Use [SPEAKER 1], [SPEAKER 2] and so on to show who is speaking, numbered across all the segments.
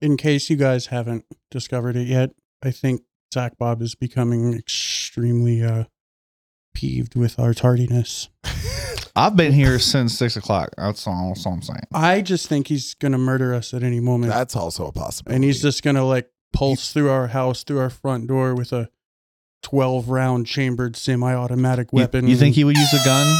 [SPEAKER 1] in case you guys haven't discovered it yet, I think Zach Bob is becoming extremely uh, peeved with our tardiness.
[SPEAKER 2] I've been here since six o'clock. That's all, that's all I'm saying.
[SPEAKER 1] I just think he's going to murder us at any moment.
[SPEAKER 3] That's also a possibility.
[SPEAKER 1] and he's just going to like pulse through our house, through our front door with a 12 round chambered semi automatic
[SPEAKER 2] You-
[SPEAKER 1] weapon.
[SPEAKER 2] You, think he would use a gun?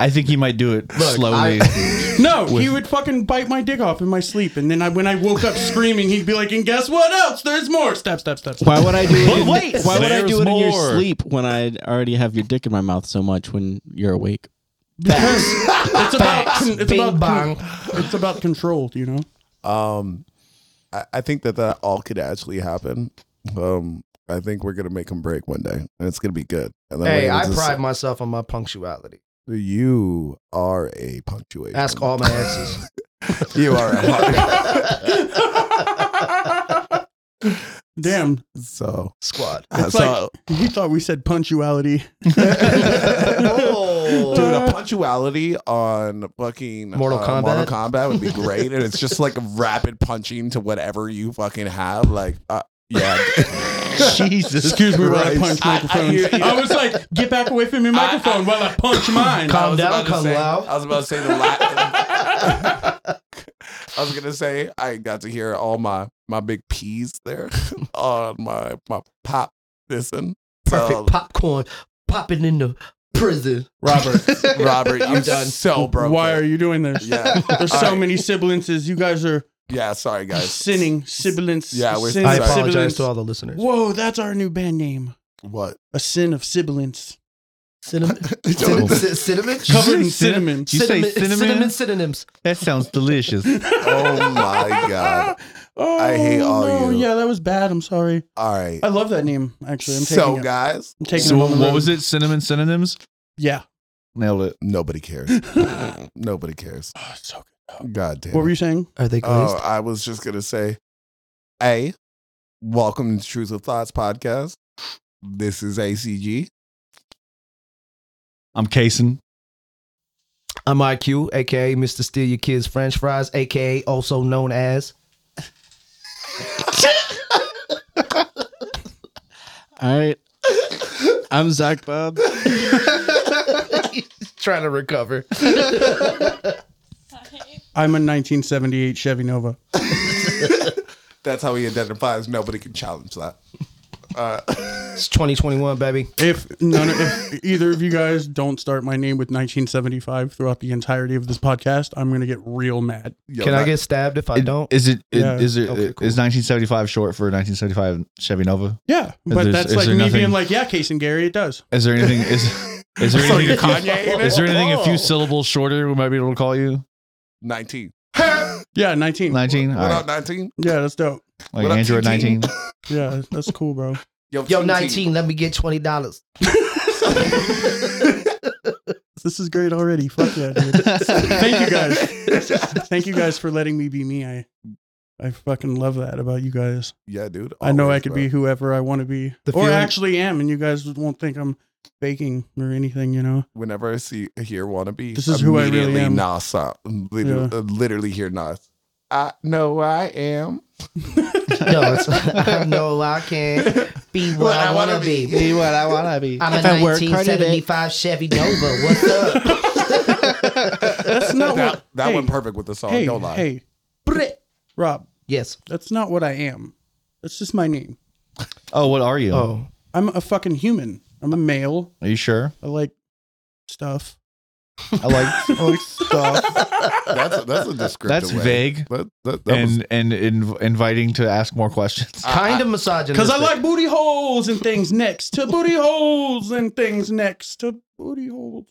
[SPEAKER 2] I think he might do it
[SPEAKER 3] Look,
[SPEAKER 2] slowly.
[SPEAKER 3] I-
[SPEAKER 1] No, he
[SPEAKER 2] with-
[SPEAKER 1] would fucking bite my dick off in my sleep. And then I, when I woke up screaming, he'd be like, and guess what else? There's more. Step, step, step. step.
[SPEAKER 4] Why would I do it?
[SPEAKER 2] But
[SPEAKER 4] in-
[SPEAKER 2] wait,
[SPEAKER 4] why would I
[SPEAKER 2] there's
[SPEAKER 4] do it in your
[SPEAKER 2] more.
[SPEAKER 4] sleep when I already have your dick in my mouth so much when you're awake?
[SPEAKER 1] It's about, con- it's,
[SPEAKER 3] Bing
[SPEAKER 1] about con-
[SPEAKER 3] bong.
[SPEAKER 1] it's about control, you know?
[SPEAKER 3] um, I, I think that that all could actually happen. Um, I think we're gonna make him break one day, and it's gonna be good. And then
[SPEAKER 5] Hey,
[SPEAKER 3] we're gonna
[SPEAKER 5] I
[SPEAKER 3] just-
[SPEAKER 5] pride myself on my punctuality.
[SPEAKER 3] You are a punctuation.
[SPEAKER 5] Ask all my exes.
[SPEAKER 3] You are a
[SPEAKER 1] Damn.
[SPEAKER 3] so.
[SPEAKER 5] Squad.
[SPEAKER 3] uh,
[SPEAKER 1] It's
[SPEAKER 3] so
[SPEAKER 1] He thought we said punctuality.
[SPEAKER 3] dude,
[SPEAKER 1] uh,
[SPEAKER 5] oh.
[SPEAKER 3] a punctuality on fucking uh,
[SPEAKER 5] Mortal Kombat?
[SPEAKER 3] Mortal Kombat would be great, and it's just like rapid punching to whatever you fucking have. Like, uh, yeah,
[SPEAKER 2] Jesus.
[SPEAKER 1] Excuse me while I punch
[SPEAKER 3] Christ. I- I
[SPEAKER 1] microphones.
[SPEAKER 3] hear
[SPEAKER 1] I,
[SPEAKER 3] you.
[SPEAKER 1] was like, get back away from your
[SPEAKER 3] I-
[SPEAKER 1] microphone while I punch mine.
[SPEAKER 5] Calm
[SPEAKER 3] I was
[SPEAKER 5] down,
[SPEAKER 3] about to
[SPEAKER 5] Kung
[SPEAKER 3] say-
[SPEAKER 5] Lao.
[SPEAKER 3] I was about to say the la- I was gonna say I got to hear all my my big P's there on my my pop listen. Um,
[SPEAKER 5] Perfect
[SPEAKER 3] So,
[SPEAKER 5] popcorn popping in the prison.
[SPEAKER 1] Robert,
[SPEAKER 3] Robert, you
[SPEAKER 5] I'm done.
[SPEAKER 3] so broke.
[SPEAKER 1] why
[SPEAKER 3] it.
[SPEAKER 1] are you doing this?
[SPEAKER 3] Yeah,
[SPEAKER 1] There's
[SPEAKER 3] All
[SPEAKER 1] so
[SPEAKER 3] right.
[SPEAKER 1] many sibilances. You guys are
[SPEAKER 3] Yeah, sorry guys.
[SPEAKER 1] sinning. Sibilance.
[SPEAKER 3] Yeah, we're-
[SPEAKER 1] sin,
[SPEAKER 5] I
[SPEAKER 3] Sorry.
[SPEAKER 5] apologize
[SPEAKER 1] sibilance.
[SPEAKER 5] to all the listeners.
[SPEAKER 1] Whoa, that's our new band name.
[SPEAKER 3] What?
[SPEAKER 1] A sin of sibilance.
[SPEAKER 5] Cinnamon.
[SPEAKER 3] Cinnamon.
[SPEAKER 5] Cin- cinnamon?
[SPEAKER 2] you
[SPEAKER 1] Covered
[SPEAKER 2] say
[SPEAKER 1] in cinnamon.
[SPEAKER 2] Did you say cinnamon?
[SPEAKER 5] cinnamon synonyms.
[SPEAKER 2] That sounds delicious.
[SPEAKER 3] Oh my god!
[SPEAKER 1] Oh,
[SPEAKER 3] I hate all
[SPEAKER 1] no.
[SPEAKER 3] you.
[SPEAKER 1] Yeah, that was bad. I'm sorry.
[SPEAKER 3] All right.
[SPEAKER 1] I love that name, actually. I'm taking
[SPEAKER 3] So
[SPEAKER 1] it.
[SPEAKER 3] guys,
[SPEAKER 1] I'm taking
[SPEAKER 2] So
[SPEAKER 1] it
[SPEAKER 2] what,
[SPEAKER 1] on the
[SPEAKER 2] what
[SPEAKER 1] road.
[SPEAKER 2] was it? Cinnamon synonyms?
[SPEAKER 1] Yeah.
[SPEAKER 2] Nailed it.
[SPEAKER 3] nobody cares. nobody cares.
[SPEAKER 1] Oh, it's so good.
[SPEAKER 3] God damn.
[SPEAKER 1] What
[SPEAKER 3] it.
[SPEAKER 1] were you saying?
[SPEAKER 5] Are they glazed?
[SPEAKER 3] Oh, I was just gonna say, a welcome to Truth of Thoughts podcast. This is ACG.
[SPEAKER 2] I'm casing.
[SPEAKER 5] I'm IQ, aka Mr. Steal Your Kids French Fries, aka also known as.
[SPEAKER 4] All right. I'm Zach Bob.
[SPEAKER 5] Trying to recover.
[SPEAKER 1] I'm a 1978 Chevy Nova.
[SPEAKER 3] That's how he identifies. Nobody can challenge that.
[SPEAKER 5] It's 2021, baby.
[SPEAKER 1] If none, of, if either of you guys don't start my name with 1975 throughout the entirety of this podcast, I'm gonna get real mad.
[SPEAKER 3] Yo,
[SPEAKER 5] Can I
[SPEAKER 3] that-
[SPEAKER 5] get stabbed if I don't?
[SPEAKER 2] Is it? it-
[SPEAKER 1] Yeah.
[SPEAKER 2] Is it?
[SPEAKER 5] Okay, cool.
[SPEAKER 2] Is 1975 short for 1975 Chevy Nova?
[SPEAKER 1] Yeah, but
[SPEAKER 2] there's-
[SPEAKER 1] that's
[SPEAKER 2] is
[SPEAKER 1] like me
[SPEAKER 2] there nothing-
[SPEAKER 1] being like, yeah, Case and Gary, it does.
[SPEAKER 2] Is there anything? Is is there
[SPEAKER 3] So you're
[SPEAKER 2] anything?
[SPEAKER 3] Kanye in it?
[SPEAKER 2] Is there anything a few syllables shorter we might be able to call you?
[SPEAKER 3] nineteen?
[SPEAKER 1] Yeah, 19.
[SPEAKER 2] 19? All right.
[SPEAKER 3] Without nineteen?
[SPEAKER 1] Yeah, that's dope.
[SPEAKER 2] Like
[SPEAKER 3] what up,
[SPEAKER 2] Android
[SPEAKER 3] TT?
[SPEAKER 2] 19?
[SPEAKER 1] Yeah, that's cool, bro.
[SPEAKER 5] Yo, 19, let me get $20.
[SPEAKER 1] This is great already. Fuck yeah, dude. Thank you guys. Thank you guys for letting me be me. I, I fucking love that about you guys.
[SPEAKER 3] Yeah, dude.
[SPEAKER 1] I know I
[SPEAKER 3] always,
[SPEAKER 1] could
[SPEAKER 3] bro.
[SPEAKER 1] be whoever I want to be,
[SPEAKER 5] The
[SPEAKER 1] or
[SPEAKER 5] feeling-
[SPEAKER 1] actually am, and you guys won't think I'm faking or anything. You know,
[SPEAKER 3] Whenever I see hear wannabe,
[SPEAKER 1] This is who I really
[SPEAKER 3] immediately
[SPEAKER 1] am.
[SPEAKER 3] Nas up. Literally, uh, literally hear Nas. I know I am.
[SPEAKER 5] No, it's, I know I can be what, I, want to be.
[SPEAKER 4] Be what I want to be.
[SPEAKER 5] I'm a 1975 Chevy Nova. What's up?
[SPEAKER 1] that's not what
[SPEAKER 3] That that
[SPEAKER 1] Oh, hey,
[SPEAKER 3] went perfect with the song.
[SPEAKER 1] Hey,
[SPEAKER 3] don't lie.
[SPEAKER 1] hey,
[SPEAKER 5] Brr.
[SPEAKER 1] Rob,
[SPEAKER 5] yes.
[SPEAKER 1] that's not what I am. That's just my name.
[SPEAKER 2] Oh, what are you?
[SPEAKER 5] Oh,
[SPEAKER 1] I'm a fucking human. I'm a male.
[SPEAKER 2] Are you sure?
[SPEAKER 1] I like stuff.
[SPEAKER 2] I like, I like stuff.
[SPEAKER 3] That's a, that's a descriptive.
[SPEAKER 2] That's
[SPEAKER 3] way.
[SPEAKER 2] vague
[SPEAKER 3] That, that, that was
[SPEAKER 2] and and inv- inviting to ask more questions.
[SPEAKER 5] kind of misogynistic.
[SPEAKER 1] Because I like booty holes and things next to booty holes and things next to booty holes.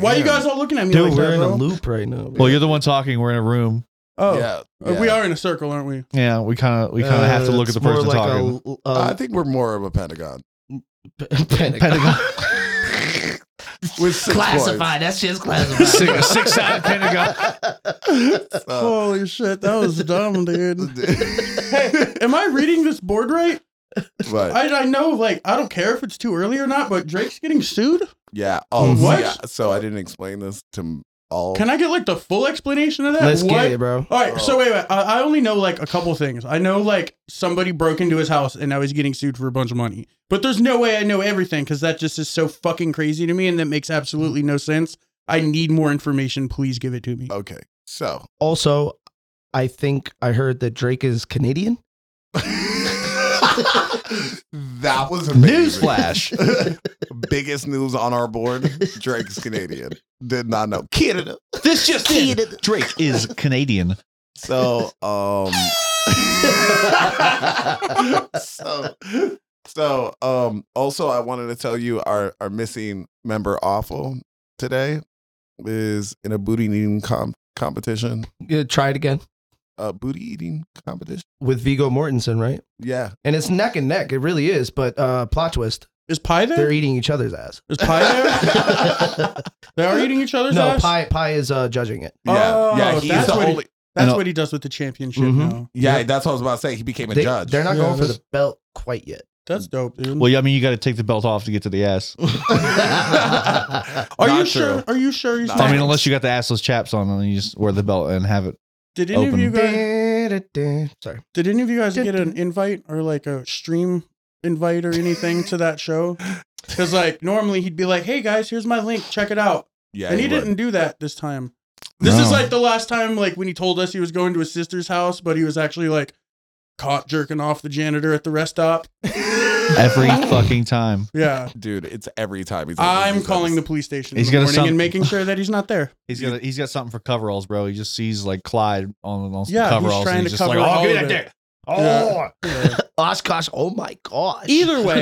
[SPEAKER 1] Why are you
[SPEAKER 3] Damn.
[SPEAKER 1] guys all looking at me
[SPEAKER 5] Dude,
[SPEAKER 1] like
[SPEAKER 5] we're
[SPEAKER 1] that,
[SPEAKER 5] in a
[SPEAKER 1] bro?
[SPEAKER 5] loop right now.
[SPEAKER 2] Well, you're the one talking. We're in a room.
[SPEAKER 1] Oh,
[SPEAKER 3] yeah,
[SPEAKER 1] Uh, we
[SPEAKER 3] yeah.
[SPEAKER 1] are in a circle, aren't we?
[SPEAKER 2] Yeah, we kind of we kind of have to
[SPEAKER 5] Uh,
[SPEAKER 2] look at the person talking.
[SPEAKER 5] Um,
[SPEAKER 3] I think we're more of a Pentagon.
[SPEAKER 2] Pentagon.
[SPEAKER 3] With six
[SPEAKER 5] Classified. That shit's classified.
[SPEAKER 2] Six, six sided Pentagon.
[SPEAKER 3] points. Uh,
[SPEAKER 1] Holy shit, that was dumb, dude. hey, am I reading this board right?
[SPEAKER 3] but
[SPEAKER 1] I, I know, like, I don't care if it's too early or not, but Drake's getting sued.
[SPEAKER 3] yeah, oh
[SPEAKER 1] What?
[SPEAKER 3] yeah. So I didn't explain this to all.
[SPEAKER 1] Can I get like the full explanation of that?
[SPEAKER 5] Let's
[SPEAKER 1] What-
[SPEAKER 5] get it, bro.
[SPEAKER 1] All right, so wait, wait. I, I only know like a couple things. I know like somebody broke into his house and now he's getting sued for a bunch of money. But there's no way I know everything because that just is so fucking crazy to me and that makes absolutely no sense. I need more information. Please give it to me.
[SPEAKER 3] okay, so
[SPEAKER 5] Also, I think I heard that Drake is Canadian.
[SPEAKER 3] that was amazing.
[SPEAKER 6] Newsflash.
[SPEAKER 3] Biggest news on our board: Drake's Canadian. Did not know Canada.
[SPEAKER 6] this just in.
[SPEAKER 2] Drake is Canadian.
[SPEAKER 3] So, um, so, so, um, also, I wanted to tell you our our missing member awful today is in a booty eating com- competition.
[SPEAKER 5] Yeah, try it again
[SPEAKER 3] A booty eating competition.
[SPEAKER 5] with Vigo Mortensen, right?
[SPEAKER 3] Yeah,
[SPEAKER 5] And it's neck and neck. It really is. But uh, plot twist:
[SPEAKER 1] Is Pie
[SPEAKER 5] they're
[SPEAKER 1] there?
[SPEAKER 5] eating each other's ass.
[SPEAKER 1] Is Pie there? they are eating each other's
[SPEAKER 5] no,
[SPEAKER 1] ass?
[SPEAKER 5] pie pie is uh, judging it.
[SPEAKER 3] yeah,
[SPEAKER 1] Oh,
[SPEAKER 3] yeah. He's
[SPEAKER 1] that's
[SPEAKER 3] the
[SPEAKER 1] what he-
[SPEAKER 3] only.
[SPEAKER 1] That's
[SPEAKER 2] No.
[SPEAKER 1] what he does with the championship
[SPEAKER 5] Mhm.
[SPEAKER 1] now.
[SPEAKER 3] Yeah, that's what I was about to say. He became a
[SPEAKER 5] They,
[SPEAKER 3] judge.
[SPEAKER 5] They're not
[SPEAKER 1] Yeah,
[SPEAKER 5] going for
[SPEAKER 1] that's-
[SPEAKER 5] the belt quite yet.
[SPEAKER 1] That's dope, dude.
[SPEAKER 2] Well, yeah, I mean, you got to take the belt off to get to the ass.
[SPEAKER 1] are you
[SPEAKER 3] Not
[SPEAKER 1] sure?
[SPEAKER 3] true.
[SPEAKER 1] Are you sure? He's
[SPEAKER 3] Not-
[SPEAKER 1] not-
[SPEAKER 2] I mean, unless you got the assless chaps on, and then you just wear the belt and have it.
[SPEAKER 1] did any of
[SPEAKER 2] open.
[SPEAKER 1] you guys?
[SPEAKER 5] Sorry.
[SPEAKER 1] Did any of you guys get an invite or like a stream invite or anything to that show? Because like normally he'd be like, "Hey guys, here's my link. Check it out,"
[SPEAKER 3] Yeah,
[SPEAKER 1] and he,
[SPEAKER 3] would.
[SPEAKER 1] didn't do that this time. This is
[SPEAKER 2] No.
[SPEAKER 1] like the last time, like when he told us he was going to his sister's house, but he was actually like caught jerking off the janitor at the rest stop.
[SPEAKER 2] Every fucking time.
[SPEAKER 1] Yeah,
[SPEAKER 3] dude. It's every time he's.
[SPEAKER 1] I'm calling the police station
[SPEAKER 2] He's
[SPEAKER 1] in the
[SPEAKER 2] gonna
[SPEAKER 1] morning
[SPEAKER 2] sound-
[SPEAKER 1] and making sure that he's not there.
[SPEAKER 2] He's got he's got something for coveralls, bro. He just sees like Clyde on, on some
[SPEAKER 1] Yeah, he's
[SPEAKER 2] coveralls.
[SPEAKER 1] trying
[SPEAKER 2] and
[SPEAKER 1] to
[SPEAKER 2] he's just
[SPEAKER 1] cover
[SPEAKER 2] like,
[SPEAKER 1] all
[SPEAKER 2] oh, give me
[SPEAKER 1] of
[SPEAKER 2] that
[SPEAKER 1] it."
[SPEAKER 2] dick. Oh,
[SPEAKER 1] Yeah. Yeah.
[SPEAKER 5] Oshkosh. Oh my gosh.
[SPEAKER 1] Either way,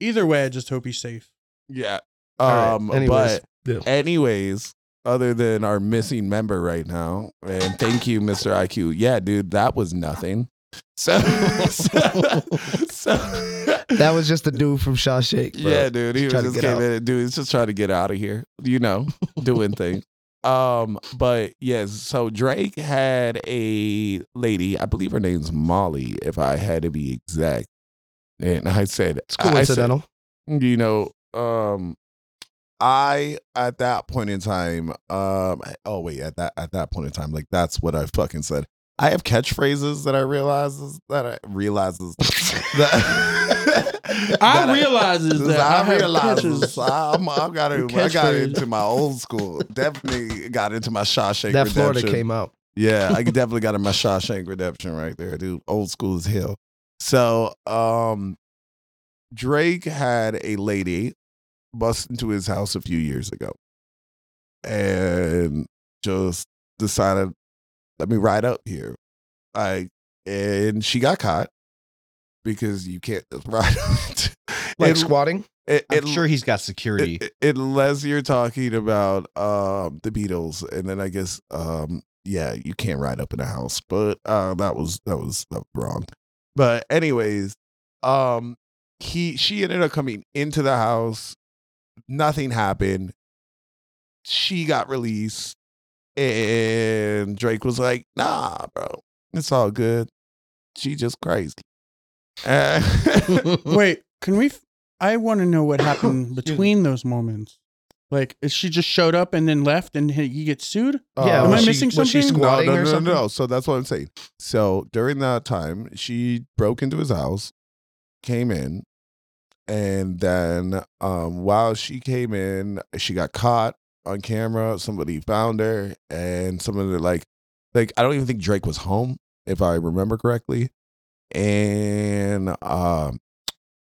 [SPEAKER 1] either way, I just hope he's safe.
[SPEAKER 3] Yeah.
[SPEAKER 5] All
[SPEAKER 3] Um.
[SPEAKER 5] right, anyways.
[SPEAKER 3] But
[SPEAKER 5] Yeah.
[SPEAKER 3] anyways, other than our missing member right now, and thank you, Mr. IQ. Yeah, dude, that was nothing. So, so,
[SPEAKER 5] that was just the dude from Shawshank. Bro.
[SPEAKER 3] yeah, dude, he
[SPEAKER 5] Just
[SPEAKER 3] was
[SPEAKER 5] trying to
[SPEAKER 3] just
[SPEAKER 5] get
[SPEAKER 3] came
[SPEAKER 5] out.
[SPEAKER 3] in, dude. He's just trying to get out of here, you know, doing things. Um, but yes, so Drake had a lady, I believe her name's Molly, if I had to be exact. And I said,
[SPEAKER 5] It's
[SPEAKER 3] I- I said-
[SPEAKER 5] coincidental.
[SPEAKER 3] you know um i at that point in time um oh wait at that at that point in time like that's what i fucking said i have catchphrases that i realizes that i realizes that that
[SPEAKER 1] I realizes that I,
[SPEAKER 3] I
[SPEAKER 1] have
[SPEAKER 3] realizes
[SPEAKER 1] pictures.
[SPEAKER 3] I'm, I got
[SPEAKER 1] Your
[SPEAKER 3] I got
[SPEAKER 1] catchphrase.
[SPEAKER 3] into my old school. Definitely got into my Shawshank
[SPEAKER 5] that
[SPEAKER 3] Redemption.
[SPEAKER 5] Florida came out.
[SPEAKER 3] Yeah, I definitely got in my Shawshank Redemption right there, dude. Old school as hell. So, um, Drake had a lady bust into his house a few years ago, and just decided, let me ride up here. I and she got caught because you can't just ride. up.
[SPEAKER 5] Like
[SPEAKER 3] It-
[SPEAKER 5] squatting.
[SPEAKER 3] it,
[SPEAKER 2] I'm
[SPEAKER 3] it-
[SPEAKER 2] sure he's got security.
[SPEAKER 3] it- it- unless you're talking about um the Beatles, and then I guess um yeah, you can't ride up in a house, but uh that was that was, that was wrong. But anyways, um he she ended up coming into the house. Nothing happened. She got released, and Drake was like, "Nah, bro, it's all good. She just crazy." Uh,
[SPEAKER 1] Wait, can we? F- I want to know what happened between those moments. Like, is she just showed up and then left, and he he gets sued?
[SPEAKER 3] Uh,
[SPEAKER 5] Yeah,
[SPEAKER 1] Am I
[SPEAKER 5] Uh, was she-
[SPEAKER 1] missing
[SPEAKER 5] was she
[SPEAKER 1] something?
[SPEAKER 5] squat- squatting
[SPEAKER 3] no, no,
[SPEAKER 5] or
[SPEAKER 3] no,
[SPEAKER 5] something?
[SPEAKER 3] No, no, so that's what I'm saying. So during that time, she broke into his house, came in, and then um, while she came in, she got caught on camera. Somebody found her, and someone that like, like I don't even think Drake was home, if I remember correctly. And um,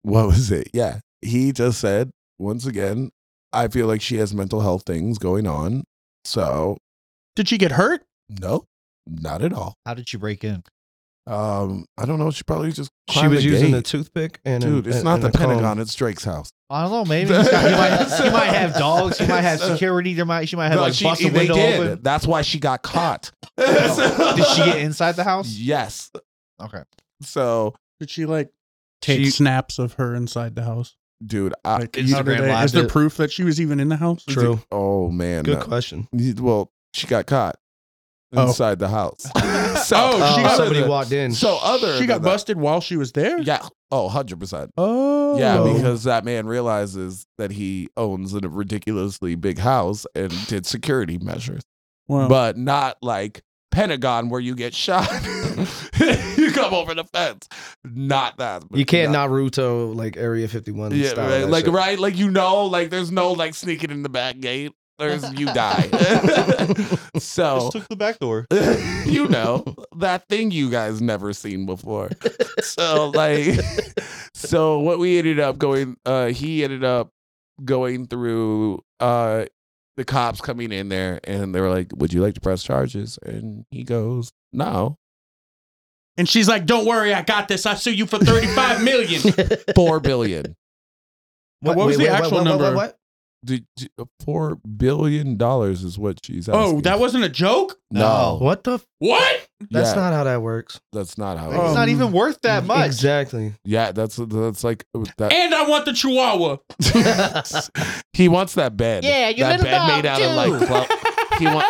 [SPEAKER 3] what was it? Yeah, he just said once again, I feel like she has mental health things going on. So
[SPEAKER 1] Did she get hurt?
[SPEAKER 3] no, not at all.
[SPEAKER 2] How did she break in?
[SPEAKER 3] Um, I don't know. She probably just
[SPEAKER 5] She
[SPEAKER 3] climbed
[SPEAKER 5] was
[SPEAKER 3] the
[SPEAKER 5] using a
[SPEAKER 3] gate.
[SPEAKER 5] toothpick and
[SPEAKER 3] dude. It's
[SPEAKER 5] and-
[SPEAKER 3] not
[SPEAKER 5] and
[SPEAKER 3] the
[SPEAKER 5] a comb.
[SPEAKER 3] Pentagon. It's Drake's house.
[SPEAKER 2] I don't know. Maybe he's got- he, might, he might have dogs. He might have
[SPEAKER 3] So-
[SPEAKER 2] security. There might she might have
[SPEAKER 3] No,
[SPEAKER 2] like
[SPEAKER 3] she-
[SPEAKER 2] bust the
[SPEAKER 3] they
[SPEAKER 2] window
[SPEAKER 3] did.
[SPEAKER 2] open.
[SPEAKER 3] That's why she got caught.
[SPEAKER 2] Did she get inside the house?
[SPEAKER 3] Yes.
[SPEAKER 2] Okay.
[SPEAKER 3] So,
[SPEAKER 1] Did she like take
[SPEAKER 3] She- Uh,
[SPEAKER 1] snaps of her inside the house?
[SPEAKER 3] dude, I,
[SPEAKER 1] Like,
[SPEAKER 2] Instagram
[SPEAKER 1] how did they-
[SPEAKER 2] Live
[SPEAKER 1] is there
[SPEAKER 2] it.
[SPEAKER 1] proof that she was even in the house?
[SPEAKER 5] True.
[SPEAKER 3] oh man,
[SPEAKER 5] Good
[SPEAKER 3] no.
[SPEAKER 5] question.
[SPEAKER 3] Well, she got caught
[SPEAKER 1] Oh.
[SPEAKER 3] inside the house. So, uh,
[SPEAKER 1] Oh, she got-
[SPEAKER 5] Oh, somebody
[SPEAKER 3] other than-
[SPEAKER 5] walked in.
[SPEAKER 3] So other
[SPEAKER 1] she got
[SPEAKER 3] than
[SPEAKER 1] busted while she was there.
[SPEAKER 3] that- Yeah. Oh, 100%.
[SPEAKER 1] Oh.
[SPEAKER 3] Yeah, because that man realizes that he owns a ridiculously big house and did security measures,
[SPEAKER 1] Wow.
[SPEAKER 3] but not like Pentagon where you get shot. you come over the fence. Not that.
[SPEAKER 5] you can't
[SPEAKER 3] not
[SPEAKER 5] Naruto like Area 51
[SPEAKER 3] Yeah,
[SPEAKER 5] style.
[SPEAKER 3] right.
[SPEAKER 5] that
[SPEAKER 3] like
[SPEAKER 5] shit.
[SPEAKER 3] right, like you know, like there's no like sneaking in the back gate. There's you die. so
[SPEAKER 5] Oh,
[SPEAKER 2] Just took the back door.
[SPEAKER 3] you know that thing you guys never seen before. So like, so what we ended up going, uh, he ended up going through uh the cops coming in there, and they were like, "Would you like to press charges?" And he goes, "No,
[SPEAKER 1] And she's like, "Don't worry, I got this. I sue you for thirty-five million.
[SPEAKER 3] four billion.
[SPEAKER 1] What was the actual number?
[SPEAKER 3] Did, uh, four billion dollars is what she's asking.
[SPEAKER 1] oh, that wasn't a joke.
[SPEAKER 3] no.
[SPEAKER 5] what? What the? F-
[SPEAKER 1] What?
[SPEAKER 5] that's
[SPEAKER 3] Yeah.
[SPEAKER 5] not how that works. E,
[SPEAKER 3] That's not how.
[SPEAKER 1] Oh.
[SPEAKER 2] it's
[SPEAKER 3] it is.
[SPEAKER 2] not even worth that much.
[SPEAKER 5] Exactly.
[SPEAKER 3] Yeah, that's that's like uh, that.
[SPEAKER 1] And I want the Chihuahua.
[SPEAKER 3] Oh, he wants that bed.
[SPEAKER 6] Yeah, you
[SPEAKER 3] that
[SPEAKER 6] little
[SPEAKER 3] bed
[SPEAKER 6] dog,
[SPEAKER 3] made out of
[SPEAKER 6] too.
[SPEAKER 3] like club. he wa-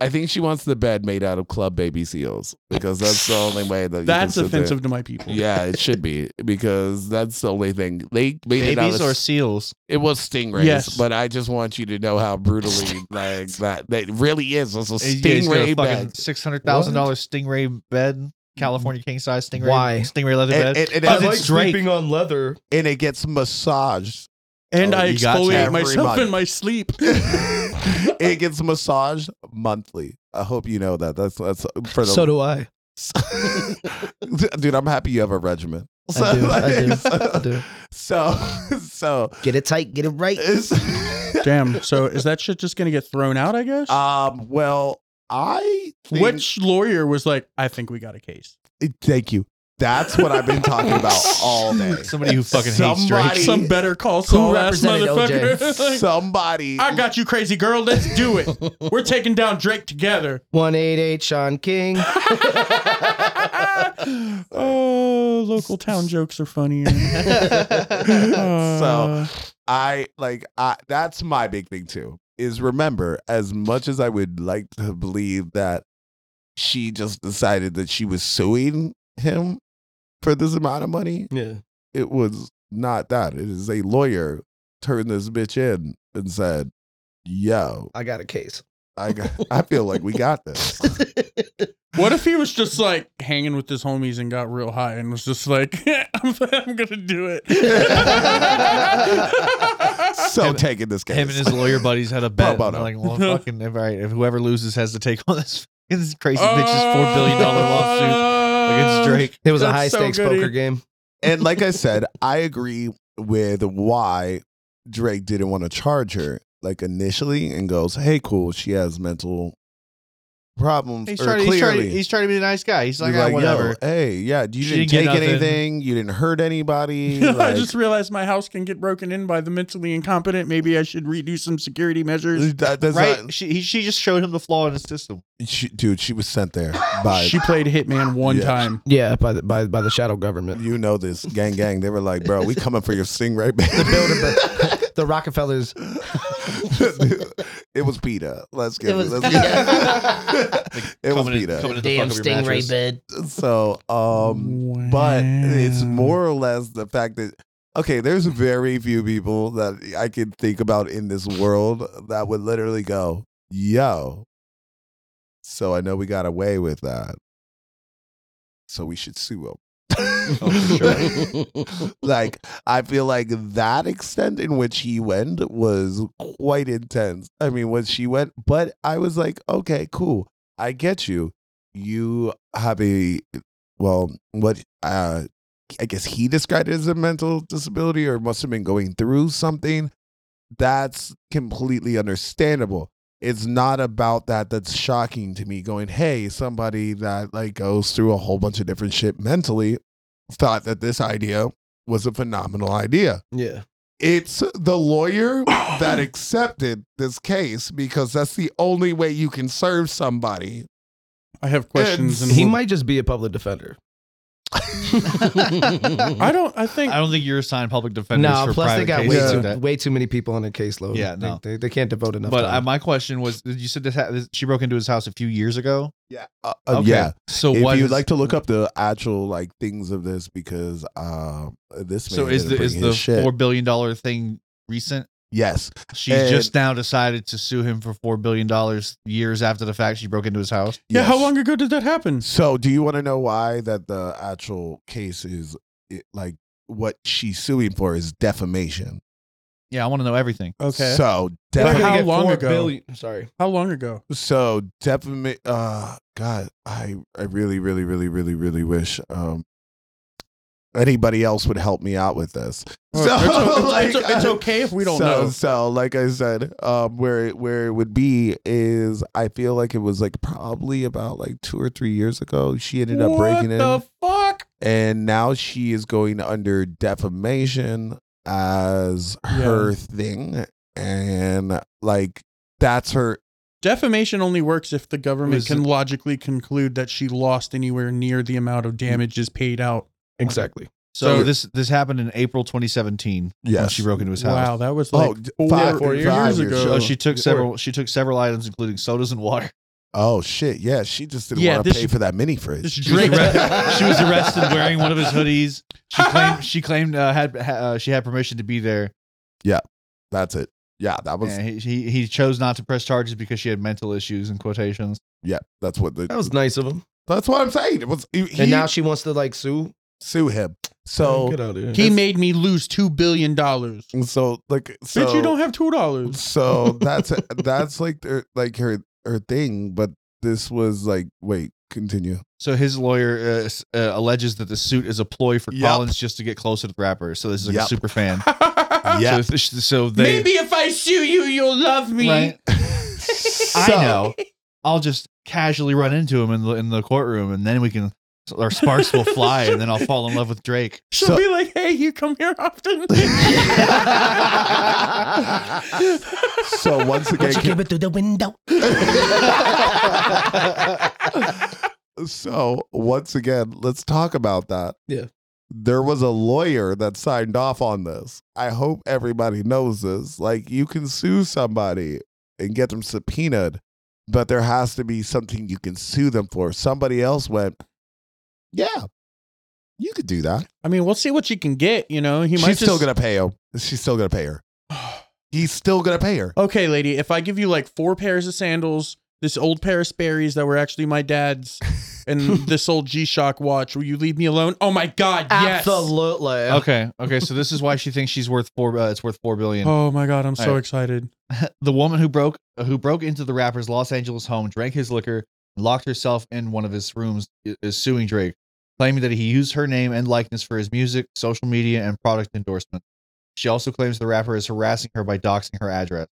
[SPEAKER 3] I think she wants the bed made out of club baby seals because that's the only way that you can
[SPEAKER 1] That's
[SPEAKER 3] sit there.
[SPEAKER 1] offensive to my people.
[SPEAKER 3] Yeah, it should be because that's the only thing they made it out
[SPEAKER 2] Babies
[SPEAKER 3] of.
[SPEAKER 2] or seals?
[SPEAKER 3] it was stingrays,
[SPEAKER 1] Yes.
[SPEAKER 3] but I just want you to know how brutally like that. That really is. It's a
[SPEAKER 2] You guys got a fucking
[SPEAKER 3] stingray bed. Mm.
[SPEAKER 2] six hundred thousand dollars stingray bed, California king size stingray.
[SPEAKER 5] Why?
[SPEAKER 2] stingray leather bed?
[SPEAKER 3] And- and- and-
[SPEAKER 2] Because
[SPEAKER 3] I
[SPEAKER 2] it's Drake.
[SPEAKER 5] on leather.
[SPEAKER 3] And it gets massaged
[SPEAKER 1] And
[SPEAKER 2] Oh,
[SPEAKER 1] I
[SPEAKER 2] you gotcha.
[SPEAKER 1] exfoliate
[SPEAKER 3] Every
[SPEAKER 1] myself
[SPEAKER 3] month.
[SPEAKER 1] in my sleep.
[SPEAKER 3] it gets massaged monthly. I hope you know that. That's that's for the
[SPEAKER 5] So do I.
[SPEAKER 3] dude. I'm happy you have a regimen. So,
[SPEAKER 5] I do. I do.
[SPEAKER 3] like,
[SPEAKER 5] I do.
[SPEAKER 3] So so
[SPEAKER 5] Get it tight. Get it right.
[SPEAKER 3] it's,
[SPEAKER 1] Damn. So is that shit just gonna get thrown out? I guess.
[SPEAKER 3] um. Well, I think,
[SPEAKER 1] Which lawyer was like, "I think we got a case."
[SPEAKER 3] Thank you. That's what I've been talking about all day.
[SPEAKER 2] Somebody who fucking hates
[SPEAKER 3] Somebody-
[SPEAKER 2] Drake.
[SPEAKER 3] Hey,
[SPEAKER 1] Some better call Saul ass
[SPEAKER 5] represented
[SPEAKER 1] motherfucker. Like,
[SPEAKER 3] Somebody.
[SPEAKER 1] I got you, crazy girl. Let's do it. We're taking down Drake together.
[SPEAKER 5] 188 Sean King.
[SPEAKER 1] oh, local town jokes are funnier.
[SPEAKER 3] so
[SPEAKER 1] Uh,
[SPEAKER 3] I like I that's my big thing too. Is remember as much as I would like to believe that she just decided that she was suing him for this amount of money,
[SPEAKER 5] yeah.
[SPEAKER 3] it was not that. It is a lawyer turned this bitch in and said, "Yo,
[SPEAKER 5] I got a case.
[SPEAKER 3] I got, I feel like we got this."
[SPEAKER 1] What if he was just like hanging with his homies and got real high and was just like, I'm, I'm gonna do it.
[SPEAKER 3] so taking this case.
[SPEAKER 2] Him and his lawyer buddies had a bet.
[SPEAKER 3] Bono.
[SPEAKER 2] and they're Like, well, fucking, if, all right, if whoever loses has to take on this, this crazy bitch's four billion
[SPEAKER 1] Oh,
[SPEAKER 2] dollar
[SPEAKER 3] Oh,
[SPEAKER 2] lawsuit against Drake.
[SPEAKER 5] Uh, It was a
[SPEAKER 1] That's
[SPEAKER 5] high stakes
[SPEAKER 1] so goody.
[SPEAKER 5] poker game.
[SPEAKER 3] and like I said, I agree with why Drake didn't want to charge her like initially and goes, "Hey, cool, she has mental problems."
[SPEAKER 2] He's
[SPEAKER 3] or
[SPEAKER 2] trying, to, he's,
[SPEAKER 3] clearly,
[SPEAKER 2] trying to, he's trying to be a nice guy. He's like,
[SPEAKER 3] You're
[SPEAKER 2] "Ah, whatever.
[SPEAKER 3] "Yo, hey, yeah, you
[SPEAKER 2] She
[SPEAKER 3] didn't,
[SPEAKER 2] didn't get
[SPEAKER 3] take
[SPEAKER 2] nothing."
[SPEAKER 3] anything, you didn't hurt anybody.
[SPEAKER 1] I
[SPEAKER 3] like-
[SPEAKER 1] just realized my house can get broken in by the mentally incompetent. Maybe I should redo some security measures.
[SPEAKER 3] that, that's
[SPEAKER 2] right?
[SPEAKER 3] not-
[SPEAKER 2] she, he, she just showed him the flaw in his system.
[SPEAKER 3] she, dude, she was sent there by
[SPEAKER 1] She played Hitman one
[SPEAKER 3] Yeah.
[SPEAKER 1] time.
[SPEAKER 5] Yeah, by the by, by the shadow government.
[SPEAKER 3] you know this gang gang. They were like, "Bro, we coming for your sing right back."
[SPEAKER 5] the Rockefellers.
[SPEAKER 3] it was Peter. Let's get
[SPEAKER 6] It was
[SPEAKER 3] let's get- it was Peter.
[SPEAKER 2] coming the
[SPEAKER 6] Damn
[SPEAKER 2] fuck up your mattress.
[SPEAKER 6] stingray bed.
[SPEAKER 3] so um but it's more or less the fact that okay there's very few people that i can think about in this world that would literally go yo so i know we got away with that so we should sue them
[SPEAKER 4] Oh,
[SPEAKER 2] Oh,
[SPEAKER 3] like i feel like that extent in which he went was quite intense i mean when she went but i was like okay cool i get you you have a well what uh i guess he described it as a mental disability or must have been going through something that's completely understandable it's not about that that's shocking to me going hey somebody that like goes through a whole bunch of different shit mentally thought that this idea was a phenomenal idea
[SPEAKER 5] Yeah.
[SPEAKER 3] it's the lawyer that accepted this case because that's the only way you can serve somebody
[SPEAKER 1] I have questions.
[SPEAKER 3] And
[SPEAKER 1] And
[SPEAKER 5] He
[SPEAKER 1] we'll-
[SPEAKER 5] might just be a public defender.
[SPEAKER 1] I don't. I think.
[SPEAKER 2] I don't think you're assigned public defenders.
[SPEAKER 5] No,
[SPEAKER 2] for
[SPEAKER 5] plus they
[SPEAKER 2] private
[SPEAKER 5] got way
[SPEAKER 2] cases
[SPEAKER 5] too,
[SPEAKER 2] like that.
[SPEAKER 5] way too many people on their caseload.
[SPEAKER 2] Yeah,
[SPEAKER 5] They-
[SPEAKER 2] no.
[SPEAKER 5] they, they can't devote enough.
[SPEAKER 2] But uh,
[SPEAKER 5] time.
[SPEAKER 2] my question was: You said this, ha- this she broke into his house a few years ago.
[SPEAKER 3] Yeah. Uh, uh, Yeah.
[SPEAKER 2] So
[SPEAKER 3] if
[SPEAKER 2] what
[SPEAKER 3] you'd
[SPEAKER 2] is-
[SPEAKER 3] like to look up the actual like things of this because um this man
[SPEAKER 2] so is
[SPEAKER 3] didn't
[SPEAKER 2] the
[SPEAKER 3] bring
[SPEAKER 2] is
[SPEAKER 3] his
[SPEAKER 2] the
[SPEAKER 3] shit.
[SPEAKER 2] four billion dollar thing recent?
[SPEAKER 3] yes
[SPEAKER 2] She's
[SPEAKER 3] And-
[SPEAKER 2] just now decided to sue him for four billion dollars years after the fact she broke into his house.
[SPEAKER 1] yeah. How
[SPEAKER 3] yes.
[SPEAKER 1] long ago did that happen?
[SPEAKER 3] So, do you want to know why that the actual case is it, like what she's suing for is defamation?
[SPEAKER 2] Yeah, I want to know everything.
[SPEAKER 1] Okay.
[SPEAKER 3] So,
[SPEAKER 1] But
[SPEAKER 3] defa-
[SPEAKER 1] how long ago?
[SPEAKER 5] sorry.
[SPEAKER 1] how long ago?
[SPEAKER 3] so defamation. Uh, God, I I really really really really really wish um anybody else would help me out with this.
[SPEAKER 1] Or-
[SPEAKER 3] So,
[SPEAKER 1] it's, o- it's,
[SPEAKER 3] like,
[SPEAKER 1] it's, it's okay if we don't
[SPEAKER 3] so,
[SPEAKER 1] know.
[SPEAKER 3] So, like I said, um, where it- where it would be is I feel like it was like probably about like two or three years ago. She ended up breaking in.
[SPEAKER 1] the fuck?
[SPEAKER 3] and now she is going under defamation as her thing and like that's her
[SPEAKER 1] Defamation only works if the government
[SPEAKER 2] Was
[SPEAKER 1] can logically conclude that she lost anywhere near the amount of damages paid out.
[SPEAKER 5] Exactly.
[SPEAKER 2] So,
[SPEAKER 1] So-
[SPEAKER 2] this this happened in April 2017 when
[SPEAKER 3] Yes.
[SPEAKER 2] she broke into his house.
[SPEAKER 1] Wow, that was
[SPEAKER 3] Oh,
[SPEAKER 1] like
[SPEAKER 3] d-
[SPEAKER 1] four,
[SPEAKER 3] five-
[SPEAKER 1] four
[SPEAKER 3] five
[SPEAKER 1] years,
[SPEAKER 3] years
[SPEAKER 1] ago.
[SPEAKER 2] So she took several she took several items including sodas and water.
[SPEAKER 3] oh shit yeah she just didn't
[SPEAKER 1] Yeah,
[SPEAKER 3] want to
[SPEAKER 1] this
[SPEAKER 3] pay
[SPEAKER 1] sh-
[SPEAKER 3] for that mini
[SPEAKER 1] This
[SPEAKER 3] fridge
[SPEAKER 2] She was,
[SPEAKER 1] drink-
[SPEAKER 2] arre- she was arrested wearing one of his hoodies. She claimed she claimed uh, had ha- uh, she had permission to be there.
[SPEAKER 3] that's it yeah that was
[SPEAKER 2] And he, he he chose not to press charges because she had mental issues in quotations.
[SPEAKER 3] yeah that's what the,
[SPEAKER 5] That was nice of him.
[SPEAKER 3] that's what i'm saying it was he, he
[SPEAKER 5] And now Oh, she wants to like sue.
[SPEAKER 3] sue him so
[SPEAKER 5] Get out of here.
[SPEAKER 1] he made me lose two billion dollars.
[SPEAKER 3] so like so
[SPEAKER 1] Bitch, you don't have two dollars.
[SPEAKER 3] so that's that's like her like her her thing but this was like wait continue
[SPEAKER 2] So his lawyer uh, s- uh, alleges that the suit is a ploy for
[SPEAKER 3] Yup.
[SPEAKER 2] Collins just to get closer to the rapper. So this is like a
[SPEAKER 3] Yup.
[SPEAKER 2] super fan.
[SPEAKER 3] yeah
[SPEAKER 2] So, th- so they
[SPEAKER 1] Maybe if I sue you, you'll love me.
[SPEAKER 2] Right?
[SPEAKER 3] So-
[SPEAKER 2] I know. I'll just casually run into him in the in the courtroom, and then we can our sparks will fly, and then I'll fall in love with Drake.
[SPEAKER 1] She'll
[SPEAKER 3] So-
[SPEAKER 1] be like, "Hey, you come here often."
[SPEAKER 3] so once again
[SPEAKER 5] But you give it through the window.
[SPEAKER 3] so once again, let's talk about that.
[SPEAKER 5] Yeah.
[SPEAKER 3] There was a lawyer that signed off on this. I hope everybody knows this. Like you can sue somebody and get them subpoenaed, but there has to be something you can sue them for. Somebody else went, Yeah, you could do that.
[SPEAKER 1] I mean, we'll see what she can get. You know, he
[SPEAKER 3] She's
[SPEAKER 1] might just.
[SPEAKER 3] still gonna pay him. She's still gonna pay her. He's still gonna pay her.
[SPEAKER 1] okay, lady, if I give you like four pairs of sandals, this old pair of Sperry's that were actually my dad's, and this old G-Shock watch, will you leave me alone? Oh my God, yes.
[SPEAKER 5] Absolutely.
[SPEAKER 2] Okay, okay. So this is why she thinks she's worth four. Uh, it's worth four billion.
[SPEAKER 1] Oh my God, I'm so
[SPEAKER 2] Alright.
[SPEAKER 1] excited.
[SPEAKER 2] The woman who broke who broke into the rapper's Los Angeles home, drank his liquor, and locked herself in one of his rooms, i- is suing Drake, claiming that he used her name and likeness for his music, social media, and product endorsements. She also claims the rapper is harassing her by doxing her address.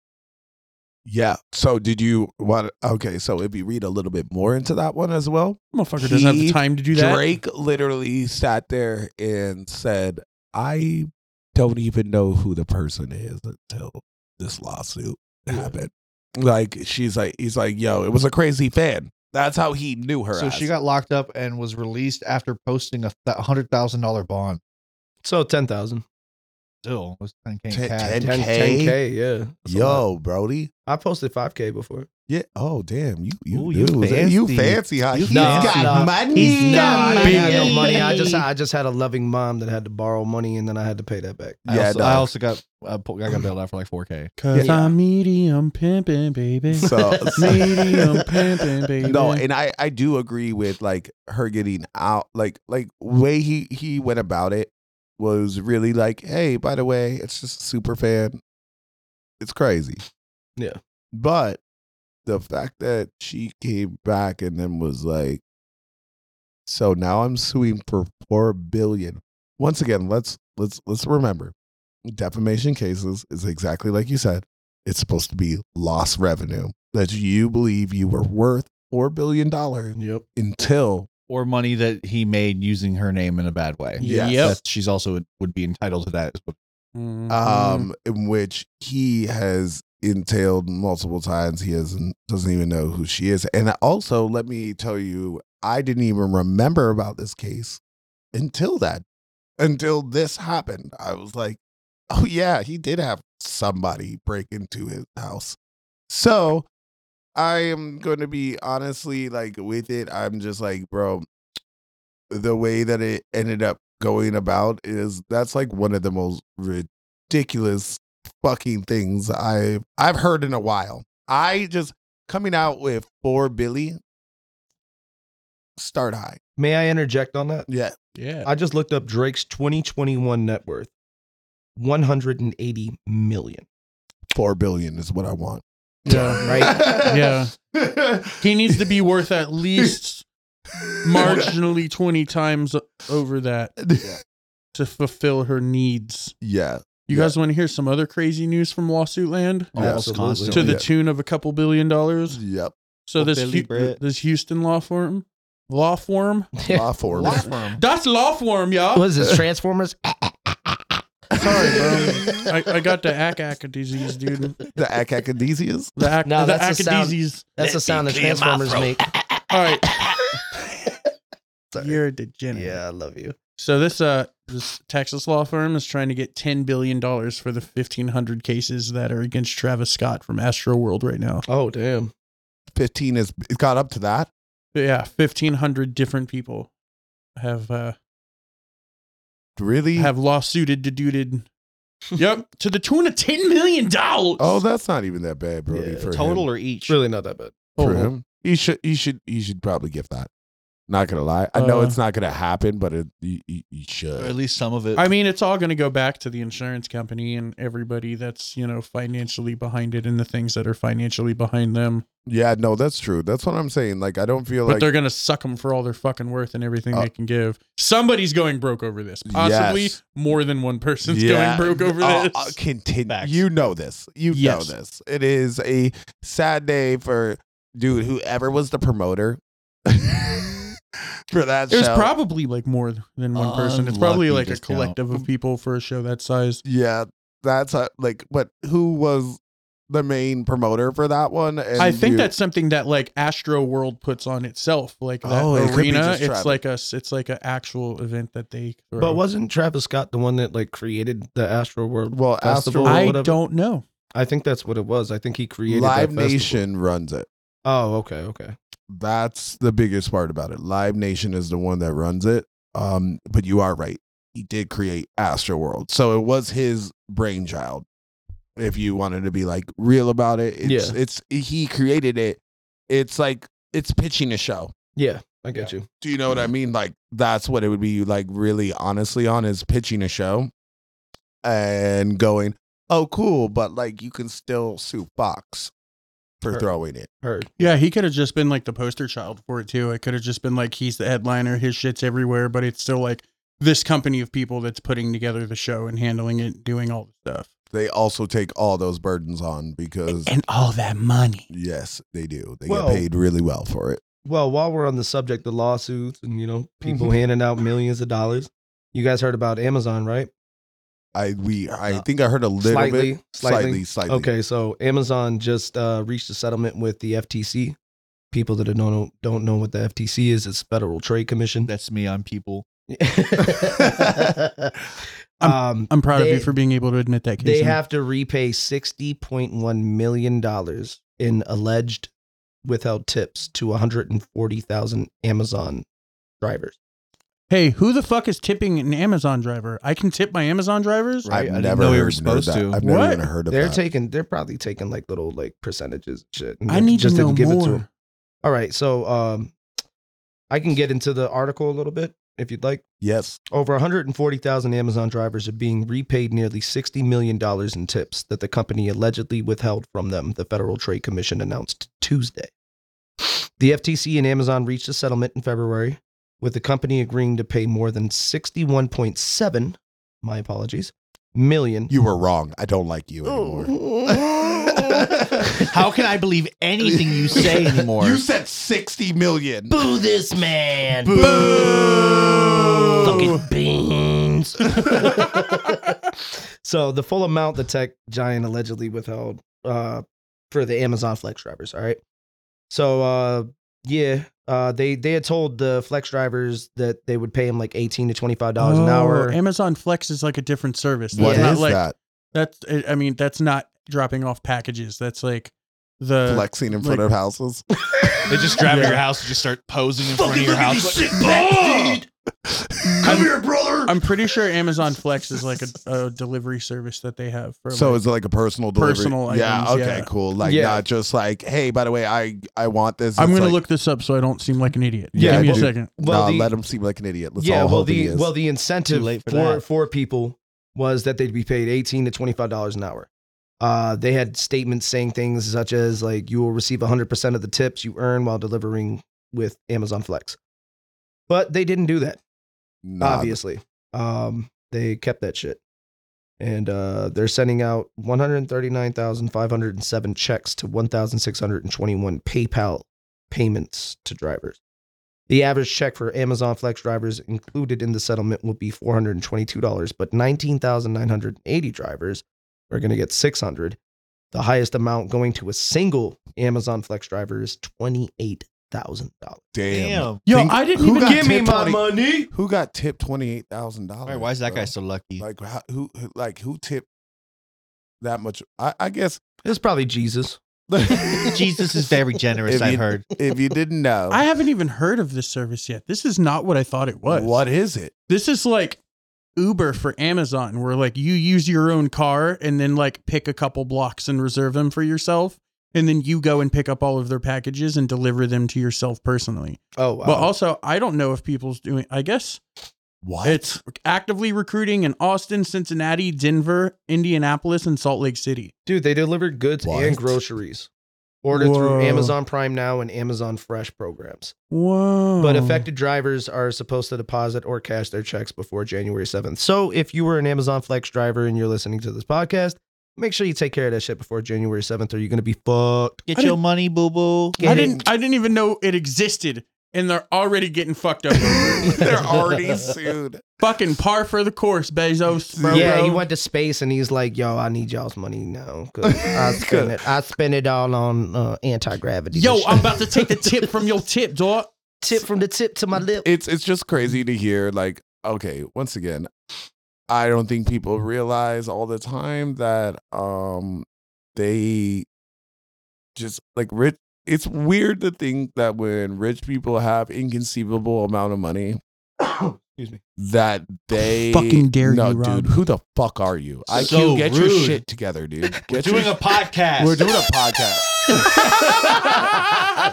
[SPEAKER 3] Yeah. So did you want okay, so if you read a little bit more into that one as well,
[SPEAKER 1] Motherfucker doesn't have the
[SPEAKER 3] He
[SPEAKER 1] time to do that.
[SPEAKER 3] Drake literally sat there and said, I don't even know who the person is until this lawsuit happened. Like she's like he's like, yo, it was a crazy fan. That's how he knew her.
[SPEAKER 2] So she
[SPEAKER 3] as.
[SPEAKER 2] got locked up and was released after posting a th- hundred thousand dollar bond.
[SPEAKER 5] So 10,000.
[SPEAKER 2] Still it was ten k
[SPEAKER 3] Ten-
[SPEAKER 2] cash.
[SPEAKER 3] 10K?
[SPEAKER 5] 10, 10K, yeah. That's a lot.
[SPEAKER 3] Yo, Brody.
[SPEAKER 5] I posted 5K before.
[SPEAKER 3] Yeah. Oh damn. You you,
[SPEAKER 2] Ooh, you
[SPEAKER 3] do.
[SPEAKER 2] fancy.
[SPEAKER 3] you fancy how
[SPEAKER 2] You
[SPEAKER 3] he's
[SPEAKER 5] fancy.
[SPEAKER 3] got
[SPEAKER 5] Nah, nah.
[SPEAKER 3] money.
[SPEAKER 4] He's
[SPEAKER 5] Nah, I
[SPEAKER 4] not
[SPEAKER 5] didn't have no money. I just I just had a loving mom that had to borrow money and then I had to pay that back.
[SPEAKER 2] I
[SPEAKER 3] Yeah,
[SPEAKER 2] also,
[SPEAKER 3] dog.
[SPEAKER 2] I also got uh, pu- I got bailed out for like four k.
[SPEAKER 1] Cause
[SPEAKER 5] Yeah.
[SPEAKER 1] I'm medium pimping, baby.
[SPEAKER 3] So,
[SPEAKER 1] medium pimping, baby.
[SPEAKER 3] No, and I I do agree with like her getting out. Like like way he he went about it was really like, hey, by the way, it's just a super fan. It's crazy.
[SPEAKER 5] Yeah.
[SPEAKER 3] But the fact that she came back and then was like, so now I'm suing for four billion. Once again, let's let's let's remember, defamation cases is exactly like you said. It's supposed to be lost revenue that you believe you were worth four billion dollars
[SPEAKER 5] Yep.
[SPEAKER 3] until
[SPEAKER 2] Or money that he made using her name in a bad way.
[SPEAKER 1] Yes. Yep.
[SPEAKER 2] That's- she's also would be entitled to that.
[SPEAKER 1] Mhm.
[SPEAKER 3] um, in which he has entailed multiple times. He hasn't doesn't even know who she is. And also, let me tell you, I didn't even remember about this case until that, until this happened. I was like, oh, yeah, he did have somebody break into his house. So I am going to be honestly like with it. I'm just like, bro, the way that it ended up going about is that's like one of the most ridiculous fucking things I've I've heard in a while. I just coming out with for Billy start high.
[SPEAKER 5] May I interject on that?
[SPEAKER 3] Yeah.
[SPEAKER 1] Yeah.
[SPEAKER 5] I just looked up Drake's 2021 net worth 180 million.
[SPEAKER 3] Four billion is what I want.
[SPEAKER 1] Yeah,
[SPEAKER 3] right.
[SPEAKER 1] Yeah. He needs to be worth at least marginally 20 times over that
[SPEAKER 3] Yeah.
[SPEAKER 1] to fulfill her needs.
[SPEAKER 3] Yeah.
[SPEAKER 1] You guys want to hear some other crazy news from lawsuit land?
[SPEAKER 4] Almost
[SPEAKER 3] Absolutely.
[SPEAKER 4] constantly.
[SPEAKER 1] To the
[SPEAKER 3] Yeah.
[SPEAKER 1] tune of a couple billion dollars.
[SPEAKER 3] Yep.
[SPEAKER 1] So
[SPEAKER 4] Oh,
[SPEAKER 1] this
[SPEAKER 4] Billy
[SPEAKER 1] Hu-
[SPEAKER 4] Brett.
[SPEAKER 1] this Houston law firm, law firm,
[SPEAKER 3] Law form.
[SPEAKER 2] Law firm.
[SPEAKER 1] that's law firm, y'all.
[SPEAKER 5] What is this, Transformers?
[SPEAKER 1] Sorry, bro. I, I got the acadesias, dude.
[SPEAKER 3] The acadesias.
[SPEAKER 1] The, ac-
[SPEAKER 5] No,
[SPEAKER 1] the
[SPEAKER 5] that's the sound-
[SPEAKER 1] acadesias.
[SPEAKER 5] That's the sound that Transformers make.
[SPEAKER 1] All right,
[SPEAKER 5] Sorry.
[SPEAKER 1] you're a degenerate.
[SPEAKER 5] Yeah, I love you.
[SPEAKER 1] So this uh this Texas law firm is trying to get ten billion dollars for the fifteen hundred cases that are against Travis Scott from Astro World right now.
[SPEAKER 5] Oh, damn.
[SPEAKER 3] Fifteen is it got up to that.
[SPEAKER 1] But yeah, fifteen hundred different people have uh
[SPEAKER 3] Really?
[SPEAKER 1] have lawsuited deduted. yep, to the tune of ten million dollars.
[SPEAKER 3] oh, that's not even that bad, Brody.
[SPEAKER 5] Yeah,
[SPEAKER 3] for
[SPEAKER 2] Total
[SPEAKER 3] him.
[SPEAKER 2] or each?
[SPEAKER 5] It's really not that bad.
[SPEAKER 3] for him. He should. He should. He should probably give that. Not gonna lie. I know
[SPEAKER 1] Uh,
[SPEAKER 3] it's not gonna happen, but it. You, you, you should.
[SPEAKER 2] Or at least some of it.
[SPEAKER 1] I mean, it's all going to go back to the insurance company and everybody that's you know financially behind it and the things that are financially behind them.
[SPEAKER 3] Yeah. No, that's true. That's what I'm saying. Like, I don't feel
[SPEAKER 1] but
[SPEAKER 3] like.
[SPEAKER 1] they're going to suck them for all their fucking worth and everything
[SPEAKER 3] Uh,
[SPEAKER 1] they can give. Somebody's going broke over this. Possibly
[SPEAKER 3] Yes.
[SPEAKER 1] more than one person's
[SPEAKER 3] Yeah.
[SPEAKER 1] going broke over
[SPEAKER 3] Uh,
[SPEAKER 1] this.
[SPEAKER 3] uh, continue.
[SPEAKER 2] Facts.
[SPEAKER 3] You know this. You
[SPEAKER 1] Yes.
[SPEAKER 3] know this. It is a sad day for dude. Whoever was the promoter for that
[SPEAKER 1] There's
[SPEAKER 3] show.
[SPEAKER 1] probably like more than one person. It's probably
[SPEAKER 2] Unlucky
[SPEAKER 1] like a
[SPEAKER 2] discount.
[SPEAKER 1] collective of people for a show that size.
[SPEAKER 3] yeah, that's a, like. But who was the main promoter for that one? And
[SPEAKER 1] I think
[SPEAKER 3] you-
[SPEAKER 1] that's something that like Astro World puts on itself. Like that
[SPEAKER 3] Oh, it could be
[SPEAKER 1] arena,
[SPEAKER 3] just
[SPEAKER 1] it's
[SPEAKER 3] Travis.
[SPEAKER 1] like a s- it's like an actual event that they. Throw.
[SPEAKER 5] But wasn't Travis Scott the one that like created the Astro World?
[SPEAKER 3] well, Astro
[SPEAKER 5] Festival or
[SPEAKER 1] I
[SPEAKER 5] whatever?
[SPEAKER 1] don't know.
[SPEAKER 5] I think that's what it was. I think he created
[SPEAKER 3] Live
[SPEAKER 5] that festival.
[SPEAKER 3] Nation runs it.
[SPEAKER 5] Oh, okay, okay.
[SPEAKER 3] That's the biggest part about it. Live Nation is the one that runs it. Um, but you are right. He did create Astroworld. So it was his brainchild. If you wanted to be like real about it, it's
[SPEAKER 5] Yeah.
[SPEAKER 3] it's he created it. It's like it's pitching a show.
[SPEAKER 5] Yeah, I get you.
[SPEAKER 3] Do you know what
[SPEAKER 5] Mm-hmm.
[SPEAKER 3] I mean? Like that's what it would be like really honestly on is pitching a show and going, "Oh cool, but like you can still sue Fox for
[SPEAKER 5] Sure.
[SPEAKER 3] throwing it."
[SPEAKER 5] Heard.
[SPEAKER 1] Yeah, he could have just been like the poster child for it too. It could have just been like he's the headliner, his shit's everywhere, but it's still like this company of people that's putting together the show and handling it, doing all the stuff.
[SPEAKER 3] They also take all those burdens on because
[SPEAKER 1] And all that money.
[SPEAKER 3] Yes, they do. They
[SPEAKER 5] Well-
[SPEAKER 3] get paid really well for it.
[SPEAKER 5] Well, while we're on the subject of lawsuits and you know people handing out millions of dollars, you guys heard about Amazon, right?
[SPEAKER 3] I we I
[SPEAKER 5] Uh,
[SPEAKER 3] think I heard a little
[SPEAKER 5] slightly,
[SPEAKER 3] bit
[SPEAKER 5] slightly.
[SPEAKER 3] slightly slightly.
[SPEAKER 5] Okay, so Amazon just uh, reached a settlement with the FTC. People that don't know, don't know what the FTC is, it's Federal Trade Commission.
[SPEAKER 2] That's me. I'm people.
[SPEAKER 5] um,
[SPEAKER 1] I'm proud of
[SPEAKER 5] They-
[SPEAKER 1] you for being able to admit that.
[SPEAKER 5] they
[SPEAKER 1] Casey.
[SPEAKER 5] have to repay sixty point one million dollars in alleged withheld tips to one hundred and forty thousand Amazon drivers.
[SPEAKER 1] Hey, who the fuck is tipping an Amazon driver? I can tip my Amazon drivers.
[SPEAKER 2] Right, I
[SPEAKER 3] I've
[SPEAKER 2] didn't
[SPEAKER 3] never
[SPEAKER 2] know we were
[SPEAKER 3] heard
[SPEAKER 2] supposed
[SPEAKER 3] that.
[SPEAKER 2] to.
[SPEAKER 3] I've never
[SPEAKER 1] What?
[SPEAKER 3] even heard of
[SPEAKER 5] They're
[SPEAKER 3] that.
[SPEAKER 5] taking, they're probably taking like little like percentages and shit. and
[SPEAKER 1] I
[SPEAKER 5] they
[SPEAKER 1] need
[SPEAKER 5] just
[SPEAKER 1] to know
[SPEAKER 5] didn't give it
[SPEAKER 1] more.
[SPEAKER 5] 'em. All right, so um, I can get into the article a little bit if you'd like.
[SPEAKER 3] yes.
[SPEAKER 5] Over 140,000 Amazon drivers are being repaid nearly $60 million in tips that the company allegedly withheld from them, the Federal Trade Commission announced Tuesday. The FTC and Amazon reached a settlement in February, with the company agreeing to pay more than 61.7, my apologies, million.
[SPEAKER 3] You were wrong. I don't like you anymore.
[SPEAKER 2] How can I believe anything you say anymore?
[SPEAKER 3] You said 60 million.
[SPEAKER 5] Boo this man!
[SPEAKER 3] Boo.
[SPEAKER 5] beans. so the full amount the tech giant allegedly withheld uh, for the Amazon Flex drivers. All right. So uh, yeah, Uh, they they had told the flex drivers that they would pay him like eighteen to twenty five dollars an
[SPEAKER 1] Oh,
[SPEAKER 5] hour.
[SPEAKER 1] Amazon Flex is like a different service. That's
[SPEAKER 3] What is
[SPEAKER 5] Yeah.
[SPEAKER 1] not like
[SPEAKER 3] that?
[SPEAKER 1] that's. I I mean, that's not dropping off packages. That's like the
[SPEAKER 3] Flexing in front
[SPEAKER 1] uh, like-
[SPEAKER 3] of houses.
[SPEAKER 2] They just drive to
[SPEAKER 1] Yeah.
[SPEAKER 2] your house and just start posing in front of your house. Like,
[SPEAKER 1] Come
[SPEAKER 3] here, brother.
[SPEAKER 1] I'm pretty sure Amazon Flex is like a, a delivery service that they have. For
[SPEAKER 3] so
[SPEAKER 1] like,
[SPEAKER 3] it's like a personal delivery.
[SPEAKER 1] Personal
[SPEAKER 3] yeah.
[SPEAKER 1] items,
[SPEAKER 3] okay.
[SPEAKER 1] yeah.
[SPEAKER 3] Cool. Like
[SPEAKER 5] Yeah.
[SPEAKER 3] not just like, hey, by the way, I I want this.
[SPEAKER 1] I'm
[SPEAKER 3] It's
[SPEAKER 1] gonna
[SPEAKER 3] like,
[SPEAKER 1] look this up so I don't seem like an idiot.
[SPEAKER 3] Yeah,
[SPEAKER 1] Give me a
[SPEAKER 3] dude.
[SPEAKER 1] second.
[SPEAKER 5] Well,
[SPEAKER 3] nah,
[SPEAKER 5] the-
[SPEAKER 3] let him seem like an idiot. Let's
[SPEAKER 5] yeah,
[SPEAKER 3] all
[SPEAKER 5] well
[SPEAKER 3] hope he
[SPEAKER 5] the
[SPEAKER 3] is.
[SPEAKER 5] well the incentive
[SPEAKER 2] late for
[SPEAKER 5] for
[SPEAKER 2] that.
[SPEAKER 5] for, people was that they'd be paid eighteen to twenty five dollars an hour. Uh, they had statements saying things such as like you will receive hundred percent of the tips you earn while delivering with Amazon Flex, but they didn't do that.
[SPEAKER 3] Nah,
[SPEAKER 5] obviously. Um, they kept that shit. And uh, they're sending out 139,507 checks to 1,621 PayPal payments to drivers. The average check for Amazon Flex drivers included in the settlement will be $422, but 19,980 drivers are going to get 600. The highest amount going to a single Amazon Flex driver is $28,000.
[SPEAKER 3] damn.
[SPEAKER 2] Damn.
[SPEAKER 1] Yo,
[SPEAKER 3] Think-
[SPEAKER 1] I didn't
[SPEAKER 3] who
[SPEAKER 1] even
[SPEAKER 3] got
[SPEAKER 1] give
[SPEAKER 3] tipped
[SPEAKER 1] me my
[SPEAKER 3] 20
[SPEAKER 5] money.
[SPEAKER 3] Who got tipped twenty eight thousand dollars?
[SPEAKER 2] Right, why is that guy so lucky?
[SPEAKER 3] like how, who who- like who tipped that much? I, I guess
[SPEAKER 5] It's probably Jesus.
[SPEAKER 2] Jesus is very generous,
[SPEAKER 3] If
[SPEAKER 2] I've
[SPEAKER 3] you-
[SPEAKER 2] heard.
[SPEAKER 3] If you didn't know,
[SPEAKER 1] I haven't even heard of this service yet. This is not what I thought it was.
[SPEAKER 3] what is it?
[SPEAKER 1] This is like Uber for Amazon, where like you use your own car and then like pick a couple blocks and reserve them for yourself. And then you go and pick up all of their packages and deliver them to yourself personally.
[SPEAKER 5] Oh, wow.
[SPEAKER 1] But also, I don't know if people's doing, I guess
[SPEAKER 3] What?
[SPEAKER 1] it's actively recruiting in Austin, Cincinnati, Denver, Indianapolis, and Salt Lake City.
[SPEAKER 5] Dude, they delivered goods
[SPEAKER 3] What?
[SPEAKER 5] and groceries. Order
[SPEAKER 1] Whoa.
[SPEAKER 5] through Amazon Prime Now and Amazon Fresh programs.
[SPEAKER 1] Whoa.
[SPEAKER 5] But affected drivers are supposed to deposit or cash their checks before January 7th. So if you were an Amazon Flex driver and you're listening to this podcast, make sure you take care of that shit before January 7th or you're going to be fucked.
[SPEAKER 2] Get
[SPEAKER 1] I
[SPEAKER 2] your money, boo boo.
[SPEAKER 1] I didn't. I didn't even know it existed, and they're already getting fucked up.
[SPEAKER 3] They're already sued.
[SPEAKER 1] Fucking par for the course, Bezos. Bro,
[SPEAKER 5] yeah,
[SPEAKER 1] bro.
[SPEAKER 5] he went to space and he's like, yo, I need y'all's money now. 'cause I spend it, I spend it all on uh, anti gravity.
[SPEAKER 1] Yo, I'm about to take the tip from your tip, dog.
[SPEAKER 5] tip from the tip to my lip.
[SPEAKER 3] It's it's just crazy to hear. Like, okay, once again, I don't think people realize all the time that um they just like rich. It's weird to think that when rich people have inconceivable amount of money,
[SPEAKER 2] Excuse me.
[SPEAKER 3] that they
[SPEAKER 1] Fucking dare
[SPEAKER 3] no,
[SPEAKER 1] you, Rob.
[SPEAKER 3] dude. Who the fuck are you? I IQ,
[SPEAKER 2] So
[SPEAKER 3] get your
[SPEAKER 2] rude.
[SPEAKER 3] shit together, dude. Get
[SPEAKER 2] We're
[SPEAKER 3] your
[SPEAKER 2] doing a podcast.
[SPEAKER 3] We're doing a podcast.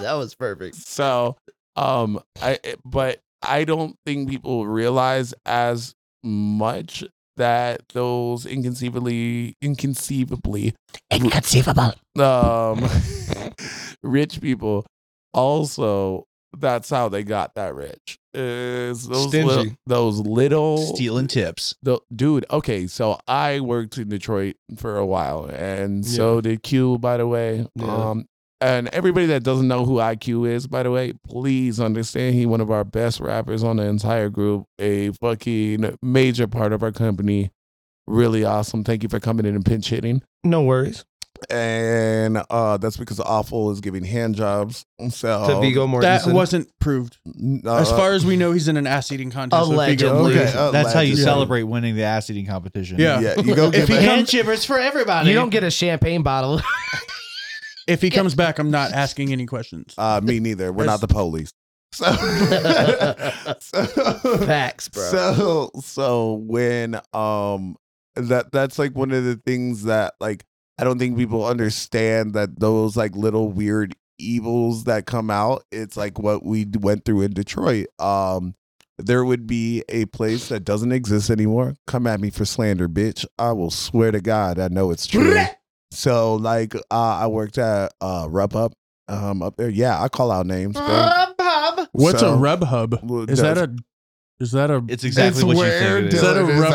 [SPEAKER 5] that was perfect.
[SPEAKER 3] So, um, I it- but I don't think people realize as much that those inconceivably, inconceivably,
[SPEAKER 5] Inconceivable.
[SPEAKER 3] um, rich people also. That's how they got that rich. Is those
[SPEAKER 5] Stingy.
[SPEAKER 3] little, those little
[SPEAKER 2] Oh. Stealing tips.
[SPEAKER 3] the dude okay so i worked in detroit for a while and so did q by the way
[SPEAKER 5] Yeah.
[SPEAKER 3] um and everybody that doesn't know who iq is by the way please understand he one of our best rappers on the entire group a fucking major part of our company really awesome thank you for coming in and pinch hitting
[SPEAKER 5] No worries.
[SPEAKER 3] and uh that's because awful is giving hand jobs so
[SPEAKER 5] to Vigo
[SPEAKER 1] That
[SPEAKER 5] Mortensen.
[SPEAKER 1] wasn't proved.
[SPEAKER 3] uh,
[SPEAKER 1] As far as we know, he's in an ass eating contest. with Big O.
[SPEAKER 5] Allegedly.
[SPEAKER 3] okay, uh,
[SPEAKER 2] That's how you
[SPEAKER 3] legend.
[SPEAKER 2] celebrate winning the ass eating competition.
[SPEAKER 1] Yeah.
[SPEAKER 3] yeah you go give
[SPEAKER 1] he
[SPEAKER 3] a-
[SPEAKER 1] comes-
[SPEAKER 2] Hand shivers for everybody.
[SPEAKER 5] you don't get a champagne bottle.
[SPEAKER 1] If he comes back, I'm not asking any questions.
[SPEAKER 3] Uh, me neither. We're
[SPEAKER 1] As-
[SPEAKER 3] not the police. So, so,
[SPEAKER 5] Facts, bro.
[SPEAKER 3] so, so when um that that's like one of the things that like I don't think people understand that those like little weird evils that come out. It's like what we d- went through in Detroit. Um, there would be a place that doesn't exist anymore. Come at me for slander, bitch. I will swear to God, I know it's true. So like uh, I worked at uh Rub Up um up there. Yeah, I call out names. man.
[SPEAKER 1] What's
[SPEAKER 3] So-
[SPEAKER 1] a rub hub?
[SPEAKER 3] Well,
[SPEAKER 1] Is that
[SPEAKER 3] that's-
[SPEAKER 1] a? Is that a?
[SPEAKER 2] It's exactly what you think it
[SPEAKER 1] Is
[SPEAKER 2] is.
[SPEAKER 1] that a
[SPEAKER 3] Dylan
[SPEAKER 1] rub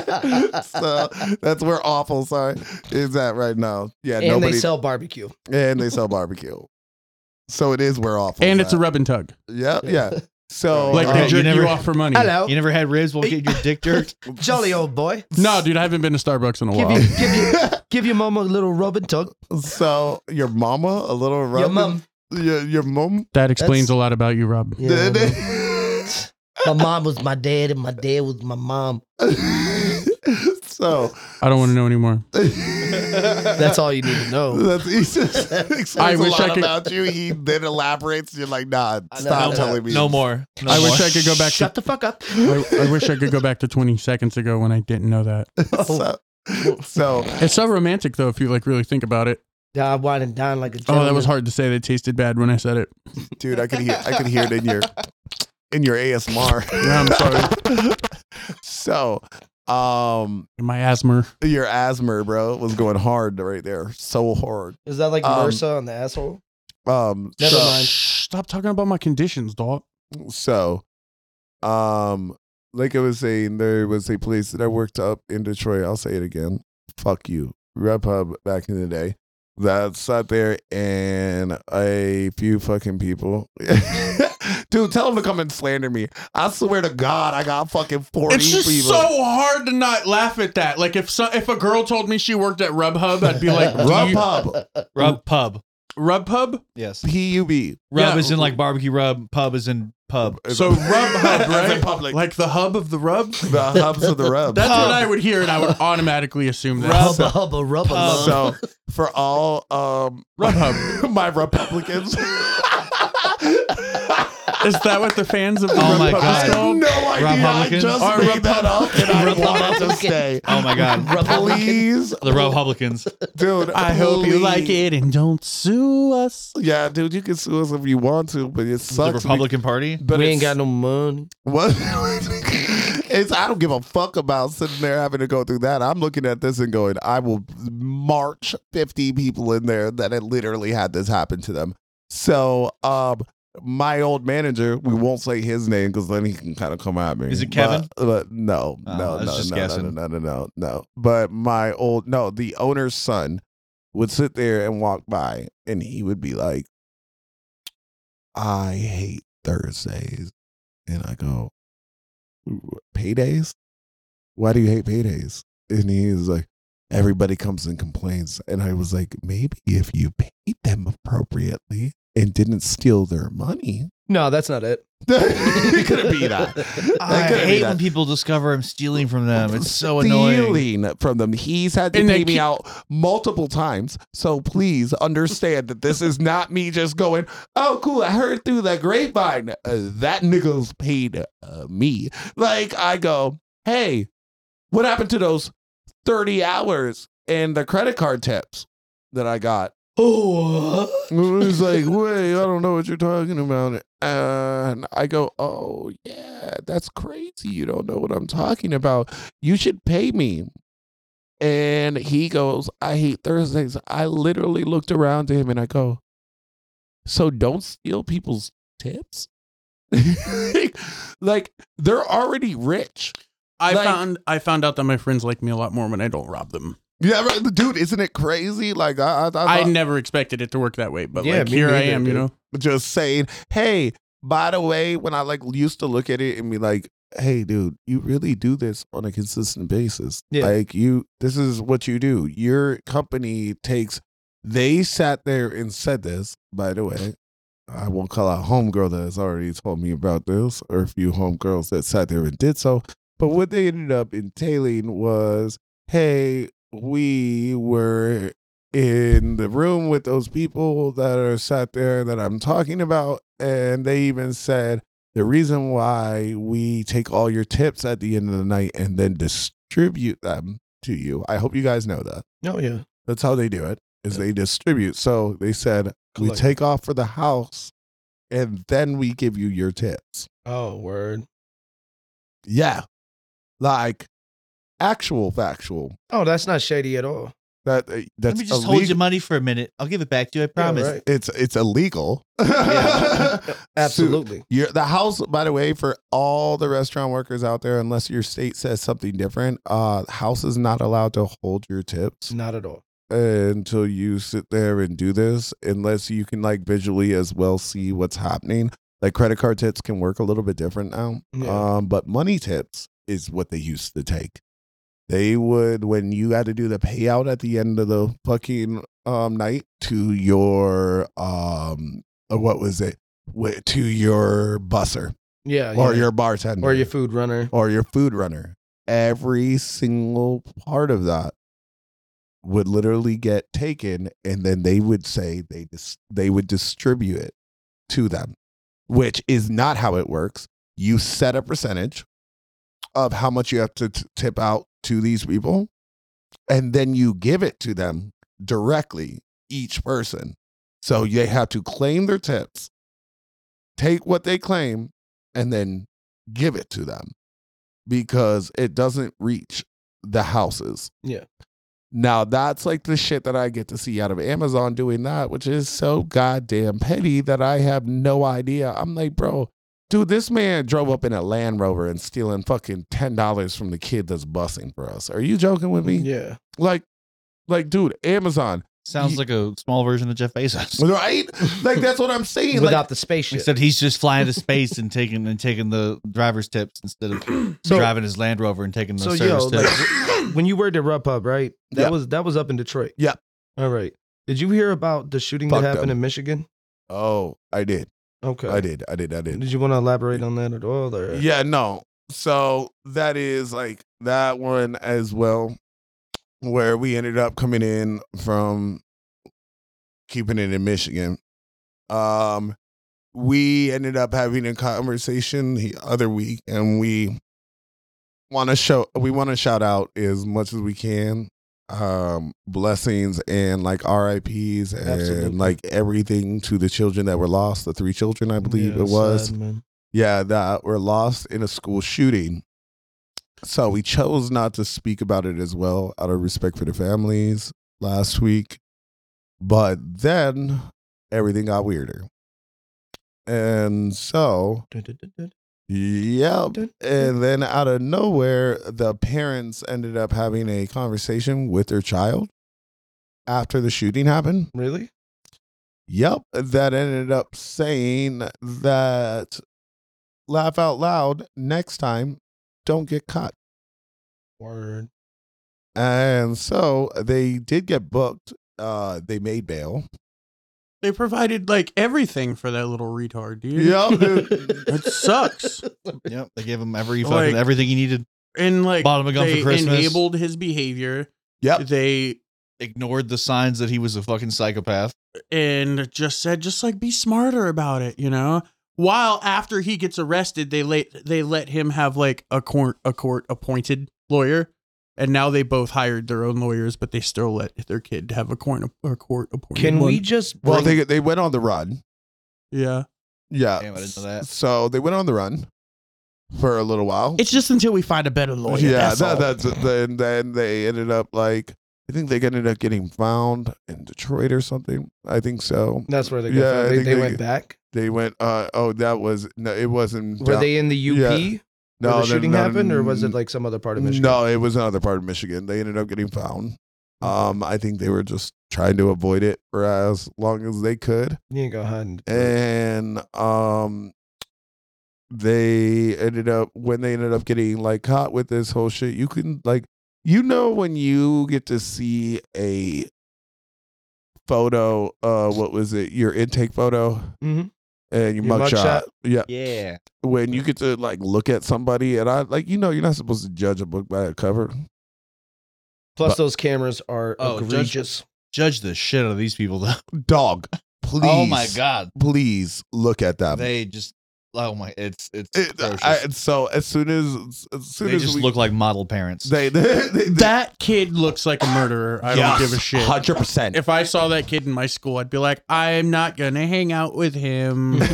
[SPEAKER 1] and tug?
[SPEAKER 3] at right now. so that's where awful sorry is at right now. Yeah,
[SPEAKER 5] and
[SPEAKER 3] nobody
[SPEAKER 5] they sell barbecue.
[SPEAKER 3] and they sell barbecue. So it is where awful.
[SPEAKER 1] And it's a rub and tug.
[SPEAKER 3] yeah yeah. So
[SPEAKER 1] Like
[SPEAKER 2] Oh,
[SPEAKER 1] they
[SPEAKER 2] you
[SPEAKER 3] um,
[SPEAKER 1] jerk
[SPEAKER 2] never-
[SPEAKER 1] you off for money.
[SPEAKER 5] Hello,
[SPEAKER 2] You never had ribs while getting your dick jerked?
[SPEAKER 5] jolly old boy.
[SPEAKER 1] No, dude, I haven't been to Starbucks in a
[SPEAKER 5] Give
[SPEAKER 1] while.
[SPEAKER 5] you, give you, give your mama a little rub and tug.
[SPEAKER 3] so your mama a little rub
[SPEAKER 5] Your mum.
[SPEAKER 3] Your, your mom?
[SPEAKER 1] That explains a lot about you, Rob.
[SPEAKER 5] Yeah.
[SPEAKER 6] my mom was my dad, and my dad was my mom.
[SPEAKER 3] so
[SPEAKER 1] I don't want to know anymore.
[SPEAKER 5] That's
[SPEAKER 3] that's
[SPEAKER 5] all you need to know.
[SPEAKER 3] That's he just
[SPEAKER 1] I
[SPEAKER 3] explains a
[SPEAKER 1] wish I
[SPEAKER 3] lot
[SPEAKER 1] could-
[SPEAKER 3] about you. He then elaborates. You're like, nah,
[SPEAKER 5] I know,
[SPEAKER 3] stop
[SPEAKER 5] no,
[SPEAKER 3] telling me.
[SPEAKER 2] No more. No
[SPEAKER 1] I
[SPEAKER 2] more.
[SPEAKER 1] wish I could go back
[SPEAKER 5] Shut
[SPEAKER 1] to.
[SPEAKER 5] the fuck up.
[SPEAKER 1] I, I wish I could go back to 20 seconds ago when I didn't know that.
[SPEAKER 3] so, so
[SPEAKER 1] It's so romantic though, if you like really think about it.
[SPEAKER 6] I wine and dine like a
[SPEAKER 1] Oh,
[SPEAKER 6] gentleman.
[SPEAKER 1] that was hard to say. That tasted bad when I said it.
[SPEAKER 3] dude, I could hear. I could hear it in your in your ASMR.
[SPEAKER 1] Yeah, I'm sorry.
[SPEAKER 3] so, um,
[SPEAKER 1] My asthma.
[SPEAKER 3] your asthma, bro, was going hard right there, so hard.
[SPEAKER 5] Is that like
[SPEAKER 3] Um,
[SPEAKER 5] MRSA on the asshole?
[SPEAKER 3] Um,
[SPEAKER 5] Never
[SPEAKER 3] so,
[SPEAKER 5] mind.
[SPEAKER 1] Stop talking about my conditions, dog.
[SPEAKER 3] So, um, like I was saying, there was a place that I worked up in Detroit. I'll say it again. Fuck you, Red Pub back in the day. That sat there and a few fucking people. Dude, tell them to come and slander me. I swear to God, I got fucking forty
[SPEAKER 1] It's just
[SPEAKER 3] people.
[SPEAKER 1] so hard to not laugh at that. Like if so, if a girl told me she worked at Rubhub, I'd be like,
[SPEAKER 3] Rub
[SPEAKER 1] Rubhub,
[SPEAKER 3] Pub,
[SPEAKER 2] Rub pub.
[SPEAKER 1] Rubhub.
[SPEAKER 2] Yes.
[SPEAKER 3] P U B.
[SPEAKER 2] Rub
[SPEAKER 1] Yeah.
[SPEAKER 2] is in like barbecue rub. Pub is in pub.
[SPEAKER 1] So Rubhub,
[SPEAKER 3] As in
[SPEAKER 1] right?
[SPEAKER 3] public.
[SPEAKER 1] Like the hub of the rub.
[SPEAKER 3] the hubs of the rub.
[SPEAKER 1] That's what I would hear, and I would automatically assume that.
[SPEAKER 2] Rub-
[SPEAKER 6] Hubba hubba rubba. love.
[SPEAKER 2] Pub.
[SPEAKER 1] uh,
[SPEAKER 3] so for all um
[SPEAKER 1] Rubhub.
[SPEAKER 3] my Republicans.
[SPEAKER 1] Is that what the fans of the
[SPEAKER 2] Oh my
[SPEAKER 1] Rubhub is
[SPEAKER 3] I
[SPEAKER 2] God.
[SPEAKER 3] have
[SPEAKER 1] called?
[SPEAKER 3] no idea. I
[SPEAKER 2] Republicans?
[SPEAKER 3] just
[SPEAKER 1] Are
[SPEAKER 3] made that up and I
[SPEAKER 2] Republicans?
[SPEAKER 3] want it to stay.
[SPEAKER 2] Oh my god.
[SPEAKER 3] Please,
[SPEAKER 2] The Republicans.
[SPEAKER 3] dude.
[SPEAKER 1] I hope you
[SPEAKER 3] please.
[SPEAKER 1] like it and don't sue us.
[SPEAKER 3] Yeah, dude, you can sue us if you want to, but it
[SPEAKER 2] The
[SPEAKER 3] sucks.
[SPEAKER 2] Republican Party.
[SPEAKER 3] But
[SPEAKER 5] we
[SPEAKER 3] it's-
[SPEAKER 5] ain't got no money.
[SPEAKER 3] What? it's I don't give a fuck about sitting there having to go through that. I'm looking at this and going, I will march 50 people in there that had literally had this happen to them. So, um, my old manager, we won't say his name because then he can kind of come at me.
[SPEAKER 2] Is it Kevin?
[SPEAKER 3] But, but no,
[SPEAKER 2] Oh,
[SPEAKER 3] no,
[SPEAKER 2] I was
[SPEAKER 3] no,
[SPEAKER 2] just
[SPEAKER 3] no,
[SPEAKER 2] guessing.
[SPEAKER 3] no, no, no, no, no. But my old no, the owner's son would sit there and walk by, and he would be like, "I hate Thursdays," and I go, "Paydays? Why do you hate paydays?" And he was like, "Everybody comes and complains," and I was like, "Maybe if you paid them appropriately." And didn't steal their money.
[SPEAKER 5] No, that's not it.
[SPEAKER 3] it couldn't be that.
[SPEAKER 2] I
[SPEAKER 3] couldn't be
[SPEAKER 2] hate
[SPEAKER 3] that.
[SPEAKER 2] when people discover I'm stealing from them. It's so annoying.
[SPEAKER 3] Stealing from them. He's had to
[SPEAKER 1] And they
[SPEAKER 3] pay me
[SPEAKER 1] keep-
[SPEAKER 3] out multiple times. So please understand that this is not me just going, oh, cool. I heard through the grapevine uh, that nigga's paid uh, me. Like, I go, hey, what happened to those 30 hours and the credit card tips that I got?
[SPEAKER 6] Oh,
[SPEAKER 3] And it was like, wait, I don't know what you're talking about. And I go, oh, yeah, that's crazy. You don't know what I'm talking about. You should pay me. And he goes, I hate Thursdays. I literally looked around to him and I go, so don't steal people's tips? like, they're already rich.
[SPEAKER 1] I
[SPEAKER 3] Like-
[SPEAKER 1] found I found out that my friends like me a lot more when I don't rob them.
[SPEAKER 3] Yeah, right. dude, isn't it crazy? Like, I, I, I,
[SPEAKER 1] I
[SPEAKER 3] thought-
[SPEAKER 1] never expected it to work that way, but
[SPEAKER 5] Yeah,
[SPEAKER 1] like
[SPEAKER 5] me
[SPEAKER 1] here I
[SPEAKER 5] neither,
[SPEAKER 1] am, you
[SPEAKER 5] dude.
[SPEAKER 1] know.
[SPEAKER 3] just saying, hey, by the way, when I like used to look at it and be like, hey, dude, you really do this on a consistent basis.
[SPEAKER 5] Yeah.
[SPEAKER 3] Like you, this is what you do. Your company takes, they sat there and said this, by the way. I won't call out homegirl that has already told me about this, or a few homegirls that sat there and did so. But what they ended up entailing was, hey, we were in the room with those people that are sat there that I'm talking about. And they even said the reason why we take all your tips at the end of the night and then distribute them to you. I hope you guys know that.
[SPEAKER 5] Oh yeah.
[SPEAKER 3] That's how they do it. Is they distribute. So they said we
[SPEAKER 5] Collect.
[SPEAKER 3] take off for the house and then we give you your tips.
[SPEAKER 5] Oh word.
[SPEAKER 3] Yeah. Like actual factual.
[SPEAKER 5] Oh, that's not shady at all.
[SPEAKER 3] That eh,
[SPEAKER 2] Let
[SPEAKER 3] that's
[SPEAKER 2] me just hold
[SPEAKER 3] illegal.
[SPEAKER 2] your money for a minute. I'll give it back to you. I promise.
[SPEAKER 5] right.
[SPEAKER 3] it's it's illegal.
[SPEAKER 5] Yeah.
[SPEAKER 3] So-
[SPEAKER 5] Absolutely.
[SPEAKER 3] Your the house, by the way, for all the restaurant workers out there, unless your state says something different, uh, house is not allowed to hold your tips
[SPEAKER 5] Not at all.
[SPEAKER 3] until you sit there and do this, unless you can like visually as well see what's happening. Like credit card tips can work a little bit different now,
[SPEAKER 5] Yeah.
[SPEAKER 3] um, but money tips is what they used to take. They would when you had to do the payout at the end of the fucking um night to your um or what was it wi- to your busser
[SPEAKER 5] Yeah.
[SPEAKER 3] or
[SPEAKER 5] Uh, yeah.
[SPEAKER 3] your bartender
[SPEAKER 5] or your food runner.
[SPEAKER 3] or your food runner. Every single part of that would literally get taken, and then they would say they dis- they would distribute it to them, which is not how it works. You set a percentage of how much you have to t- tip out to these people, and then you give it to them directly, each person. So they have to claim their tips, take what they claim, and then give it to them because it doesn't reach the houses.
[SPEAKER 5] Yeah.
[SPEAKER 3] Now that's like the shit that I get to see out of Amazon doing that, which is so goddamn petty that I have no idea. I'm like, bro, dude, this man drove up in a Land Rover and stealing fucking ten dollars from the kid that's busing for us. Are you joking with me?
[SPEAKER 5] Yeah.
[SPEAKER 3] Like, like, dude, Amazon,
[SPEAKER 2] Sounds
[SPEAKER 3] Ye-
[SPEAKER 2] like a small version of Jeff Bezos.
[SPEAKER 3] right? like, that's what I'm saying. Like,
[SPEAKER 6] without the spaceship.
[SPEAKER 2] Except he's just flying to space and taking and taking the driver's tips instead of driving his Land Rover and taking the
[SPEAKER 5] So yo,
[SPEAKER 2] service tips.
[SPEAKER 5] like when you worked at Rub Pub, right? That
[SPEAKER 3] Yeah.
[SPEAKER 5] was that was up in Detroit.
[SPEAKER 3] Yeah.
[SPEAKER 5] All right. Did you hear about the shooting
[SPEAKER 3] Fuck
[SPEAKER 5] that happened
[SPEAKER 3] them.
[SPEAKER 5] in Michigan?
[SPEAKER 3] oh, I did,
[SPEAKER 5] Okay.
[SPEAKER 3] I did, I did, I did.
[SPEAKER 5] Did you want to elaborate on that at all? Or?
[SPEAKER 3] Yeah, no. So that is like that one as well, where we ended up coming in from keeping it in Michigan. Um, we ended up having a conversation the other week, and we want to show we want to shout out as much as we can um blessings and like rips and
[SPEAKER 5] Absolutely.
[SPEAKER 3] like everything to the children that were lost the three children i believe
[SPEAKER 5] Yeah,
[SPEAKER 3] it was
[SPEAKER 5] sad, man.
[SPEAKER 3] yeah, that were lost in a school shooting. So we chose not to speak about it as well out of respect for the families last week. But then everything got weirder. And so,
[SPEAKER 5] Dun-dun-dun-dun.
[SPEAKER 3] yeah.
[SPEAKER 5] Dun,
[SPEAKER 3] And then out of nowhere, the parents ended up having a conversation with their child after the shooting happened.
[SPEAKER 5] Really?
[SPEAKER 3] Yep, that ended up saying that laugh out loud next time, don't get caught.
[SPEAKER 5] Word.
[SPEAKER 3] And so they did get booked. Uh, they made bail.
[SPEAKER 1] They provided like everything for that little retard, dude.
[SPEAKER 3] Yep,
[SPEAKER 1] It sucks.
[SPEAKER 2] yep, they gave him every
[SPEAKER 1] Like-
[SPEAKER 2] fucking everything he needed.
[SPEAKER 1] And like
[SPEAKER 2] Bought him a gun for
[SPEAKER 1] they
[SPEAKER 2] Christmas.
[SPEAKER 1] enabled his behavior.
[SPEAKER 3] Yep.
[SPEAKER 1] They
[SPEAKER 2] Ignored the signs that he was a fucking psychopath.
[SPEAKER 1] and just said just like be smarter about it, you know. While after he gets arrested, they let they let him have like a court a court appointed lawyer, and now they both hired their own lawyers, but they still let their kid have a court a court appointed.
[SPEAKER 6] Can we
[SPEAKER 1] one.
[SPEAKER 6] just bring,
[SPEAKER 3] Well, they they went on the run.
[SPEAKER 1] Yeah,
[SPEAKER 3] Yeah.
[SPEAKER 2] Damn, I didn't know that.
[SPEAKER 3] So they went on the run for a little while.
[SPEAKER 6] it's just until we find a better lawyer.
[SPEAKER 3] yeah,
[SPEAKER 6] that's all.
[SPEAKER 3] that, that's then then they ended up like I think they ended up getting found in Detroit or something. I think so.
[SPEAKER 5] That's where they
[SPEAKER 3] Yeah,
[SPEAKER 5] got
[SPEAKER 3] I
[SPEAKER 5] yeah, they,
[SPEAKER 3] think
[SPEAKER 5] they
[SPEAKER 3] they-
[SPEAKER 5] went back.
[SPEAKER 3] They went. Uh, oh, that was no. It wasn't.
[SPEAKER 5] Were
[SPEAKER 3] down-
[SPEAKER 5] they in the UP
[SPEAKER 3] no,
[SPEAKER 5] where the
[SPEAKER 3] no,
[SPEAKER 5] shooting
[SPEAKER 3] no,
[SPEAKER 5] happened, or was
[SPEAKER 3] n-
[SPEAKER 5] it like some other part of Michigan?
[SPEAKER 3] No, it was another part of Michigan. They ended up getting found.
[SPEAKER 5] Hmm.
[SPEAKER 3] Um, I think they were just trying to avoid it for as long as they could,
[SPEAKER 5] You ain't gonna hide. in Detroit.
[SPEAKER 3] and um, they ended up when they ended up getting like caught with this whole shit. You can like, you know, when you get to see a photo, uh, what was it? Your intake photo
[SPEAKER 5] Mhm.
[SPEAKER 3] and your,
[SPEAKER 5] Your
[SPEAKER 3] mugshot.
[SPEAKER 5] mugshot.
[SPEAKER 3] Yeah,
[SPEAKER 2] Yeah.
[SPEAKER 3] when you get to like look at somebody and I like you know you're not supposed to judge a book by a cover.
[SPEAKER 5] Plus,
[SPEAKER 3] but-
[SPEAKER 5] those cameras are
[SPEAKER 2] Oh, judge-
[SPEAKER 5] egregious.
[SPEAKER 2] Judge the shit out of these people though.
[SPEAKER 3] Dog, please.
[SPEAKER 2] Oh my god.
[SPEAKER 3] Please look at them.
[SPEAKER 2] They just oh my it's it's
[SPEAKER 3] It-
[SPEAKER 2] atrocious.
[SPEAKER 3] I- and so as soon as as soon
[SPEAKER 2] they
[SPEAKER 3] as
[SPEAKER 2] just
[SPEAKER 3] we,
[SPEAKER 2] look like model parents.
[SPEAKER 3] they, they, they,
[SPEAKER 1] that kid looks like a murderer. I don't give a shit.
[SPEAKER 3] Hundred percent.
[SPEAKER 1] If I saw that kid in my school, I'd be like, I'm not gonna hang out with him.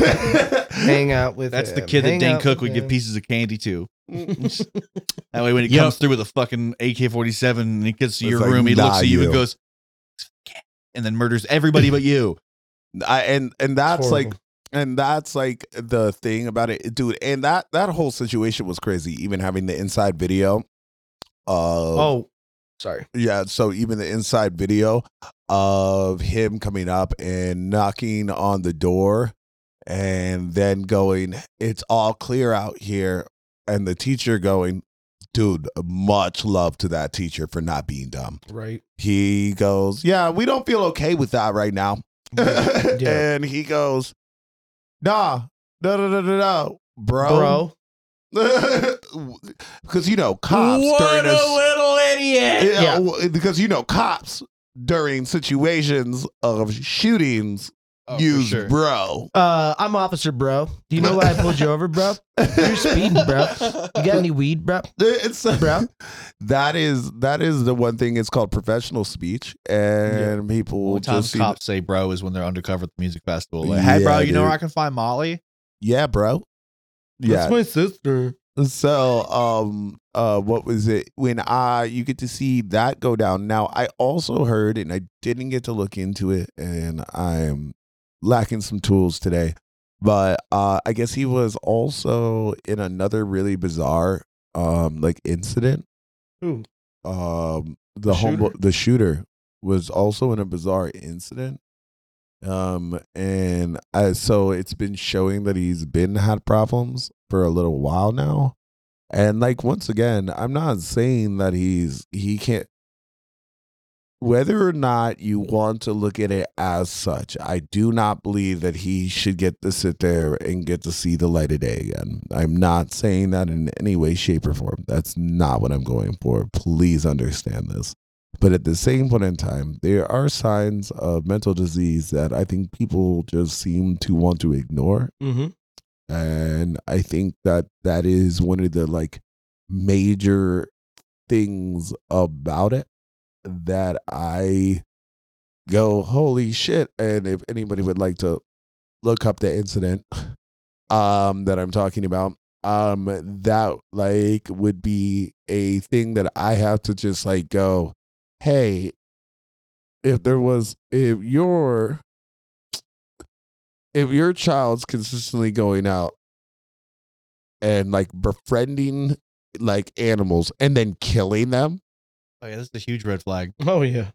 [SPEAKER 5] Hang out with
[SPEAKER 2] That's the
[SPEAKER 5] him.
[SPEAKER 2] kid that
[SPEAKER 5] Hang
[SPEAKER 2] Dane
[SPEAKER 5] out
[SPEAKER 2] Cook
[SPEAKER 5] with
[SPEAKER 2] would give
[SPEAKER 5] him.
[SPEAKER 2] pieces of candy to. that way, when he
[SPEAKER 1] Yep.
[SPEAKER 2] comes through with a fucking AK forty seven and he gets to
[SPEAKER 3] It's
[SPEAKER 2] your
[SPEAKER 3] like,
[SPEAKER 2] room, he
[SPEAKER 3] nah,
[SPEAKER 2] looks at you,
[SPEAKER 3] you.
[SPEAKER 2] and goes, and then murders everybody but you.
[SPEAKER 3] I, and and that's like
[SPEAKER 5] horrible.
[SPEAKER 3] and that's like the thing about it, dude. And that that whole situation was crazy. Even having the inside video. Of,
[SPEAKER 5] Oh, sorry.
[SPEAKER 3] Yeah, so even the inside video of him coming up and knocking on the door and then going, It's all clear out here. And the teacher going, Dude, much love to that teacher for not being dumb.
[SPEAKER 5] Right.
[SPEAKER 3] He goes, Yeah, we don't feel okay with that right now.
[SPEAKER 5] Yeah.
[SPEAKER 3] And he goes, Nah, no, no, no, no, no, bro,
[SPEAKER 5] bro.
[SPEAKER 3] Because you know cops during this,
[SPEAKER 1] little idiot!
[SPEAKER 3] Yeah,
[SPEAKER 6] Yeah.
[SPEAKER 3] well, because you know cops during situations of shootings
[SPEAKER 2] Oh,
[SPEAKER 1] Oh,
[SPEAKER 3] use bro.
[SPEAKER 5] Uh, I'm officer, bro. Do you know why I pulled you over, bro? You're speeding, bro. You got any weed, bro?
[SPEAKER 3] It's
[SPEAKER 5] Bro.
[SPEAKER 3] that is that is the one thing. It's called professional speech, and people will
[SPEAKER 2] Only times
[SPEAKER 3] just see,
[SPEAKER 2] cops say bro is when they're undercover at the music festival. Like,
[SPEAKER 3] Yeah,
[SPEAKER 2] hey, bro, you know where
[SPEAKER 3] dude.
[SPEAKER 2] I can find Molly?
[SPEAKER 3] yeah, bro. Yeah,
[SPEAKER 5] my sister.
[SPEAKER 3] So, um, uh, what was it when I you get to see that go down? Now, I also heard, and I didn't get to look into it, and I'm lacking some tools today, but uh, I guess he was also in another really bizarre, um, like incident.
[SPEAKER 5] Who?
[SPEAKER 3] Um, the
[SPEAKER 2] The shooter?
[SPEAKER 3] homebo- the shooter was also in a bizarre incident. Um, and I, so it's been showing that he's been had problems for a little while now. And like once again, I'm not saying that he's he can't whether or not you want to look at it as such, I do not believe that he should get to sit there and get to see the light of day again. I'm not saying that in any way, shape, or form. That's not what I'm going for. Please understand this. But at the same point in time, there are signs of mental disease that I think people just seem to want to ignore
[SPEAKER 5] Mm-hmm.
[SPEAKER 3] and i think that that is one of the like major things about it that i go holy shit and if anybody would like to look up the incident um that i'm talking about um that like would be a thing that i have to just like go hey if there was if your if your child's consistently going out and like befriending like animals and then killing them
[SPEAKER 2] Oh yeah, that's a huge red flag.
[SPEAKER 5] Oh yeah.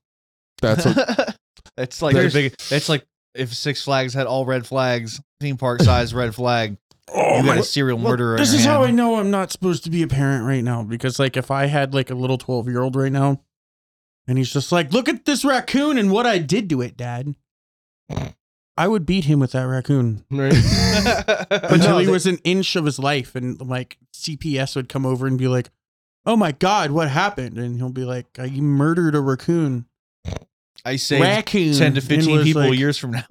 [SPEAKER 3] that's what
[SPEAKER 2] that's like the
[SPEAKER 5] There's-
[SPEAKER 2] big. That's like if Six Flags had all red flags, theme park size red flag.
[SPEAKER 1] Oh
[SPEAKER 2] you
[SPEAKER 1] my
[SPEAKER 2] got a serial
[SPEAKER 1] Well,
[SPEAKER 2] murderer.
[SPEAKER 1] This
[SPEAKER 2] in your
[SPEAKER 1] is how I
[SPEAKER 2] hand.
[SPEAKER 1] know I'm not supposed to be a parent right now because, like, if I had like a little 12 year old right now, and he's just like, "Look at this raccoon and what I did to it, Dad," I would beat him with that raccoon
[SPEAKER 5] Right.
[SPEAKER 2] Uh,
[SPEAKER 1] until
[SPEAKER 5] No,
[SPEAKER 1] he
[SPEAKER 5] they-
[SPEAKER 1] was an inch of his life, and like CPS would come over and be like, "Oh my God, what happened?" And he'll be like, "I murdered a raccoon."
[SPEAKER 2] I saved
[SPEAKER 1] raccoon.
[SPEAKER 2] ten to
[SPEAKER 1] and
[SPEAKER 2] fifteen
[SPEAKER 1] was
[SPEAKER 2] people
[SPEAKER 1] like,
[SPEAKER 2] years from now.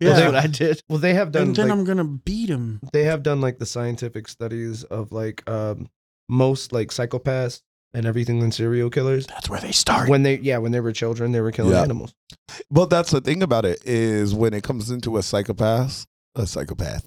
[SPEAKER 1] Yeah.
[SPEAKER 2] That's what I did.
[SPEAKER 5] Well, they have done.
[SPEAKER 1] and then
[SPEAKER 5] like-
[SPEAKER 1] I'm gonna beat him.
[SPEAKER 5] they have done like the scientific studies of like um, most like psychopaths and everything and serial killers
[SPEAKER 1] That's where they start.
[SPEAKER 5] when they yeah when they were children they were killing
[SPEAKER 3] Yeah.
[SPEAKER 5] animals
[SPEAKER 3] well that's the thing about it is when it comes into a psychopath a psychopath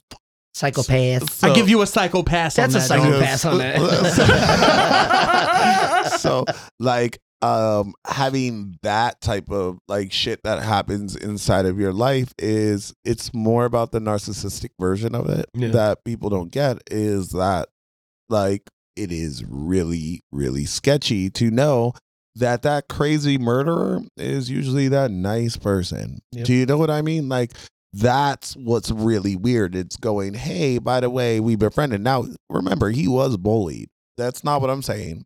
[SPEAKER 6] Psychopath.
[SPEAKER 1] I give you a psychopath.
[SPEAKER 6] That's a
[SPEAKER 1] on that, dog.
[SPEAKER 6] psychopath. pass on that.
[SPEAKER 3] so like um having that type of like shit that happens inside of your life is it's more about the narcissistic version of it
[SPEAKER 5] Yeah.
[SPEAKER 3] that people don't get is that like it is really really sketchy to know that that crazy murderer is usually that nice person.
[SPEAKER 5] Yep.
[SPEAKER 3] Do you know what I mean? Like that's what's really weird. It's going, hey, by the way, we befriended. Now remember, he was bullied. That's not what I'm saying.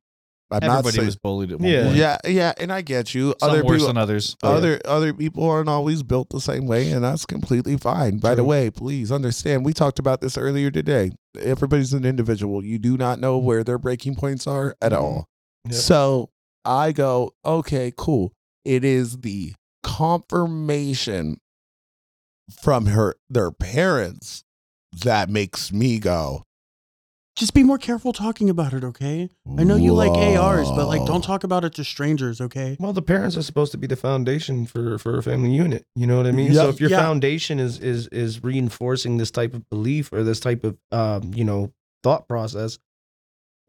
[SPEAKER 3] I'm not
[SPEAKER 2] Everybody
[SPEAKER 3] saying.
[SPEAKER 2] was bullied at one
[SPEAKER 5] Yeah.
[SPEAKER 2] point.
[SPEAKER 3] yeah, yeah, and I get you.
[SPEAKER 2] Some
[SPEAKER 3] other
[SPEAKER 2] worse
[SPEAKER 3] people,
[SPEAKER 2] than others.
[SPEAKER 5] Oh,
[SPEAKER 2] but-
[SPEAKER 3] other other people aren't always built the same way, and that's completely fine. By the
[SPEAKER 5] True.
[SPEAKER 3] way, please understand. We talked about this earlier today. Everybody's an individual. You do not know where their breaking points are at all.
[SPEAKER 5] Mm-hmm. Yep.
[SPEAKER 3] So I go, okay, cool. It is the confirmation from her their parents that makes me go.
[SPEAKER 1] Just be more careful talking about it, okay? I know you like ARs, but like
[SPEAKER 3] "Whoa."
[SPEAKER 1] don't talk about it to strangers, okay?
[SPEAKER 5] well the parents are supposed to be the foundation for for a family unit you know what i mean so
[SPEAKER 3] Yep.
[SPEAKER 5] if your
[SPEAKER 1] Yeah.
[SPEAKER 5] foundation is is is reinforcing this type of belief or this type of um you know thought process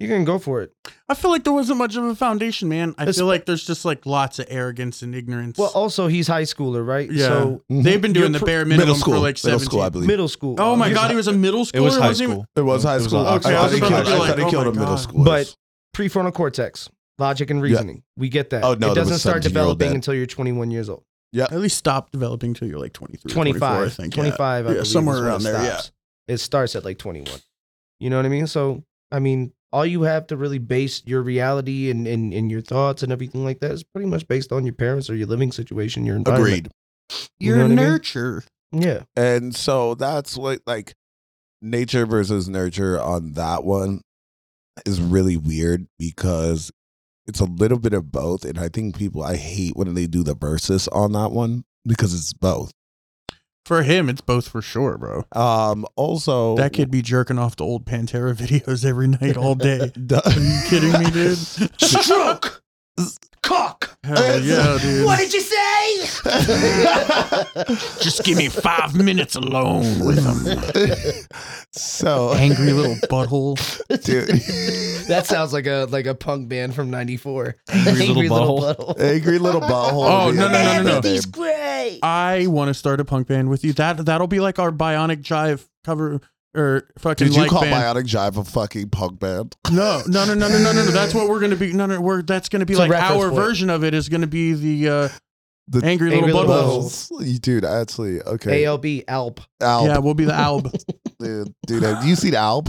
[SPEAKER 5] you can go for it
[SPEAKER 1] I feel like there wasn't much of a foundation, man. I
[SPEAKER 5] It's-
[SPEAKER 1] feel like there's just like lots of arrogance and ignorance.
[SPEAKER 5] well also he's high schooler right
[SPEAKER 1] Yeah.
[SPEAKER 5] so
[SPEAKER 3] Mhm.
[SPEAKER 1] They've been doing the
[SPEAKER 5] You're pr-
[SPEAKER 1] bare minimum
[SPEAKER 3] middle school,
[SPEAKER 1] for like
[SPEAKER 3] middle
[SPEAKER 1] seventeen.
[SPEAKER 3] school, I believe.
[SPEAKER 5] middle school um,
[SPEAKER 1] Oh my
[SPEAKER 5] He's
[SPEAKER 1] god, he was a middle schooler.
[SPEAKER 2] It was high
[SPEAKER 1] wasn't he?
[SPEAKER 2] school.
[SPEAKER 3] it was high
[SPEAKER 2] It was
[SPEAKER 3] school.
[SPEAKER 2] high
[SPEAKER 1] Okay, I was
[SPEAKER 3] thought he
[SPEAKER 1] about
[SPEAKER 3] killed-
[SPEAKER 1] to be
[SPEAKER 3] I
[SPEAKER 1] like,
[SPEAKER 3] thought he
[SPEAKER 1] oh
[SPEAKER 3] killed
[SPEAKER 1] my
[SPEAKER 3] a middle
[SPEAKER 1] God.
[SPEAKER 3] school.
[SPEAKER 5] But- prefrontal cortex, logic and reasoning. We get that.
[SPEAKER 3] Oh, no,
[SPEAKER 5] it
[SPEAKER 3] there was
[SPEAKER 5] doesn't
[SPEAKER 3] 17-year-old
[SPEAKER 5] start developing
[SPEAKER 3] then.
[SPEAKER 5] until you're 21 years old.
[SPEAKER 1] At least stop developing till you're like 23, 24, I
[SPEAKER 5] 25,
[SPEAKER 1] think.
[SPEAKER 5] 25, I
[SPEAKER 1] Yeah,
[SPEAKER 5] believe, is
[SPEAKER 1] somewhere
[SPEAKER 5] when it
[SPEAKER 1] around there, yeah.
[SPEAKER 5] stops. It starts at like 21. You know what I mean? So, I mean, all you have to really base your reality and, and, and your thoughts and everything like that is pretty much based on your parents or your living situation, your environment.
[SPEAKER 3] Agreed.
[SPEAKER 5] You know what I mean?
[SPEAKER 1] nurture.
[SPEAKER 5] Yeah.
[SPEAKER 3] And so that's what like nature versus nurture on that one is really weird because it's a little bit of both. And I think people, I hate when they do the versus on that one because it's both.
[SPEAKER 1] For him, it's both for sure, bro.
[SPEAKER 3] Um, also,
[SPEAKER 1] That kid be jerking off to old Pantera videos every night, all day. Are you kidding me, dude?
[SPEAKER 6] Stroke! Cock!
[SPEAKER 1] Hell yeah, dude.
[SPEAKER 6] What did you say?
[SPEAKER 4] Just give me five minutes alone with him.
[SPEAKER 3] so
[SPEAKER 1] Angry little butthole.
[SPEAKER 3] dude,
[SPEAKER 5] That sounds like a like a punk band from '94.
[SPEAKER 4] Angry Little Butthole.
[SPEAKER 3] angry little butthole.
[SPEAKER 1] Oh, no, no, no, no, no.
[SPEAKER 6] Everything's great!
[SPEAKER 1] I want to start a punk band with you. That that'll be like our Bionic Jive cover or fucking
[SPEAKER 3] Did you
[SPEAKER 1] like
[SPEAKER 3] call
[SPEAKER 1] band.
[SPEAKER 3] Bionic Jive a fucking punk band?
[SPEAKER 1] No, no, no, no, no, no, no, no. That's what we're gonna be. No, no, we're that's gonna be
[SPEAKER 5] It's a
[SPEAKER 1] like
[SPEAKER 5] reference
[SPEAKER 1] our
[SPEAKER 5] point.
[SPEAKER 1] version of it is gonna be the uh,
[SPEAKER 3] The
[SPEAKER 1] angry,
[SPEAKER 5] Angry
[SPEAKER 1] little
[SPEAKER 5] Little
[SPEAKER 1] buttholes.
[SPEAKER 3] Buttholes. Dude, actually, okay.
[SPEAKER 5] ALB Alp.
[SPEAKER 3] Alb,
[SPEAKER 1] Yeah, we'll be the Alb.
[SPEAKER 3] dude, dude, have you seen Alb?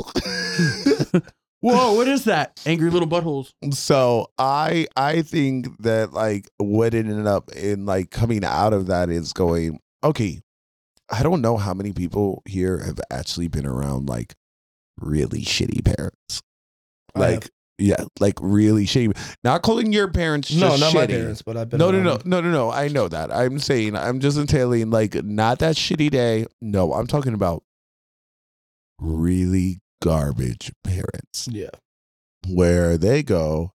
[SPEAKER 1] Whoa, what is that? Angry little buttholes.
[SPEAKER 3] so I I think that like what ended up in like coming out of that is going, okay, I don't know how many people here have actually been around like really shitty parents.
[SPEAKER 5] I have.
[SPEAKER 3] Like yeah, like really shitty. Not calling your parents
[SPEAKER 5] No,
[SPEAKER 3] just
[SPEAKER 5] not my
[SPEAKER 3] shitty.
[SPEAKER 5] parents, but I've been.
[SPEAKER 3] No, no,
[SPEAKER 5] around
[SPEAKER 3] no,
[SPEAKER 5] them.
[SPEAKER 3] no, no, no. I know that. I'm saying, I'm just entailing, like, not that shitty day. No, I'm talking about really garbage parents
[SPEAKER 5] Yeah,
[SPEAKER 3] where they go,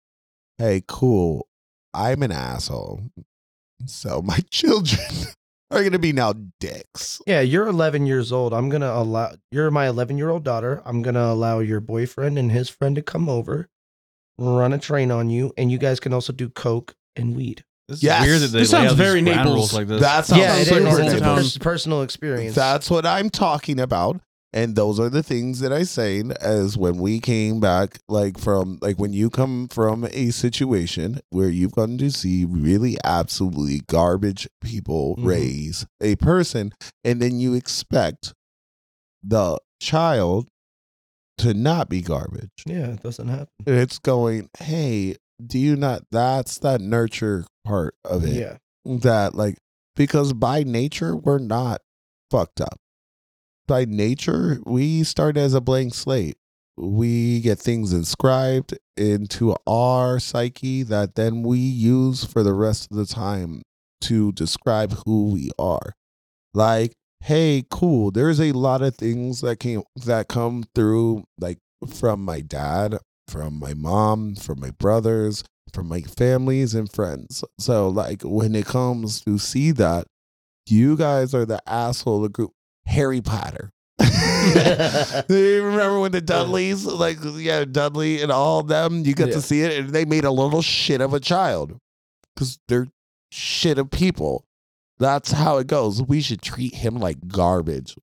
[SPEAKER 3] hey, cool, I'm an asshole. So my children are going to be now dicks.
[SPEAKER 5] yeah. You're 11 years old. I'm gonna allow. You're my 11 year old daughter. I'm gonna allow your boyfriend and his friend to come over, run a train on you, and you guys can also do coke and weed.
[SPEAKER 2] This
[SPEAKER 3] Yes.
[SPEAKER 2] is weird that they
[SPEAKER 1] This
[SPEAKER 2] lay
[SPEAKER 1] sounds
[SPEAKER 2] out these
[SPEAKER 1] very
[SPEAKER 2] ground
[SPEAKER 1] Naples.
[SPEAKER 2] rules like this.
[SPEAKER 3] That sounds
[SPEAKER 5] yeah, it
[SPEAKER 1] super
[SPEAKER 5] is.
[SPEAKER 1] nice.
[SPEAKER 5] It's a
[SPEAKER 3] different.
[SPEAKER 1] Town.
[SPEAKER 5] pers- personal experience.
[SPEAKER 3] That's what I'm talking about. And those are the things that I say as when we came back, like from like when you come from a situation where you've gotten to see really absolutely garbage people
[SPEAKER 5] Mhm.
[SPEAKER 3] raise a person, and then you expect the child to not be garbage.
[SPEAKER 5] yeah, it doesn't happen.
[SPEAKER 3] And it's going, hey, do you not that's that nurture part of it
[SPEAKER 5] Yeah,
[SPEAKER 3] that like because by nature we're not fucked up by nature we start as a blank slate we get things inscribed into our psyche that then we use for the rest of the time to describe who we are like hey cool there's a lot of things that came that come through like from my dad from my mom from my brothers from my families and friends. So like when it comes to see that, you guys are the asshole of group Harry Potter. Do you remember when the Dudleys, like yeah, Dudley and all them, you got
[SPEAKER 5] Yeah.
[SPEAKER 3] to see it and they made a little shit of a child. Cause they're shit of people. That's how it goes. We should treat him like garbage.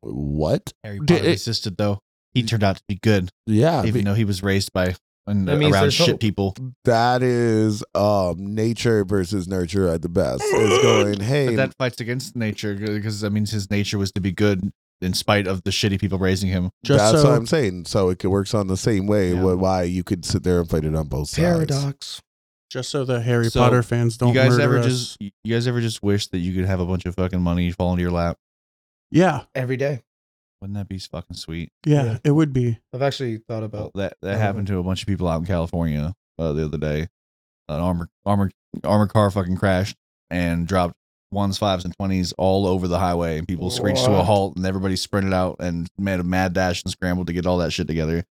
[SPEAKER 3] What?
[SPEAKER 2] Harry
[SPEAKER 3] Did
[SPEAKER 2] Potter
[SPEAKER 3] it-
[SPEAKER 2] existed though. He turned out to be good,
[SPEAKER 3] Yeah. be-
[SPEAKER 2] even though he was raised by and
[SPEAKER 5] That means
[SPEAKER 2] around
[SPEAKER 5] there's
[SPEAKER 2] shit
[SPEAKER 5] hope.
[SPEAKER 2] people.
[SPEAKER 3] that is um nature versus nurture at the best. It's going, hey,
[SPEAKER 2] But that fights against nature because that means his nature was to be good in spite of the shitty people raising him.
[SPEAKER 1] Just
[SPEAKER 3] That's
[SPEAKER 1] so
[SPEAKER 3] what I'm saying. So it c- works on the same way.
[SPEAKER 2] Yeah.
[SPEAKER 3] wh- Why you could sit there and fight it on both sides.
[SPEAKER 5] paradox.
[SPEAKER 1] just so the Harry
[SPEAKER 2] So,
[SPEAKER 1] Potter fans don't.
[SPEAKER 2] you guys
[SPEAKER 1] murder
[SPEAKER 2] ever
[SPEAKER 1] us.
[SPEAKER 2] just you guys ever just wish that you could have a bunch of fucking money fall into your lap?
[SPEAKER 1] Yeah,
[SPEAKER 5] Every day,
[SPEAKER 2] Wouldn't that be fucking sweet?
[SPEAKER 1] yeah,
[SPEAKER 5] Yeah.
[SPEAKER 1] it would be.
[SPEAKER 5] I've actually thought about.
[SPEAKER 2] that that
[SPEAKER 5] I
[SPEAKER 2] happened to a bunch of people out in California uh, the other day. An armor armor armored car fucking crashed and dropped ones, fives, and twenties all over the highway, and people screeched to a
[SPEAKER 5] What?
[SPEAKER 2] halt, and everybody sprinted out and made a mad dash and scrambled to get all that shit together.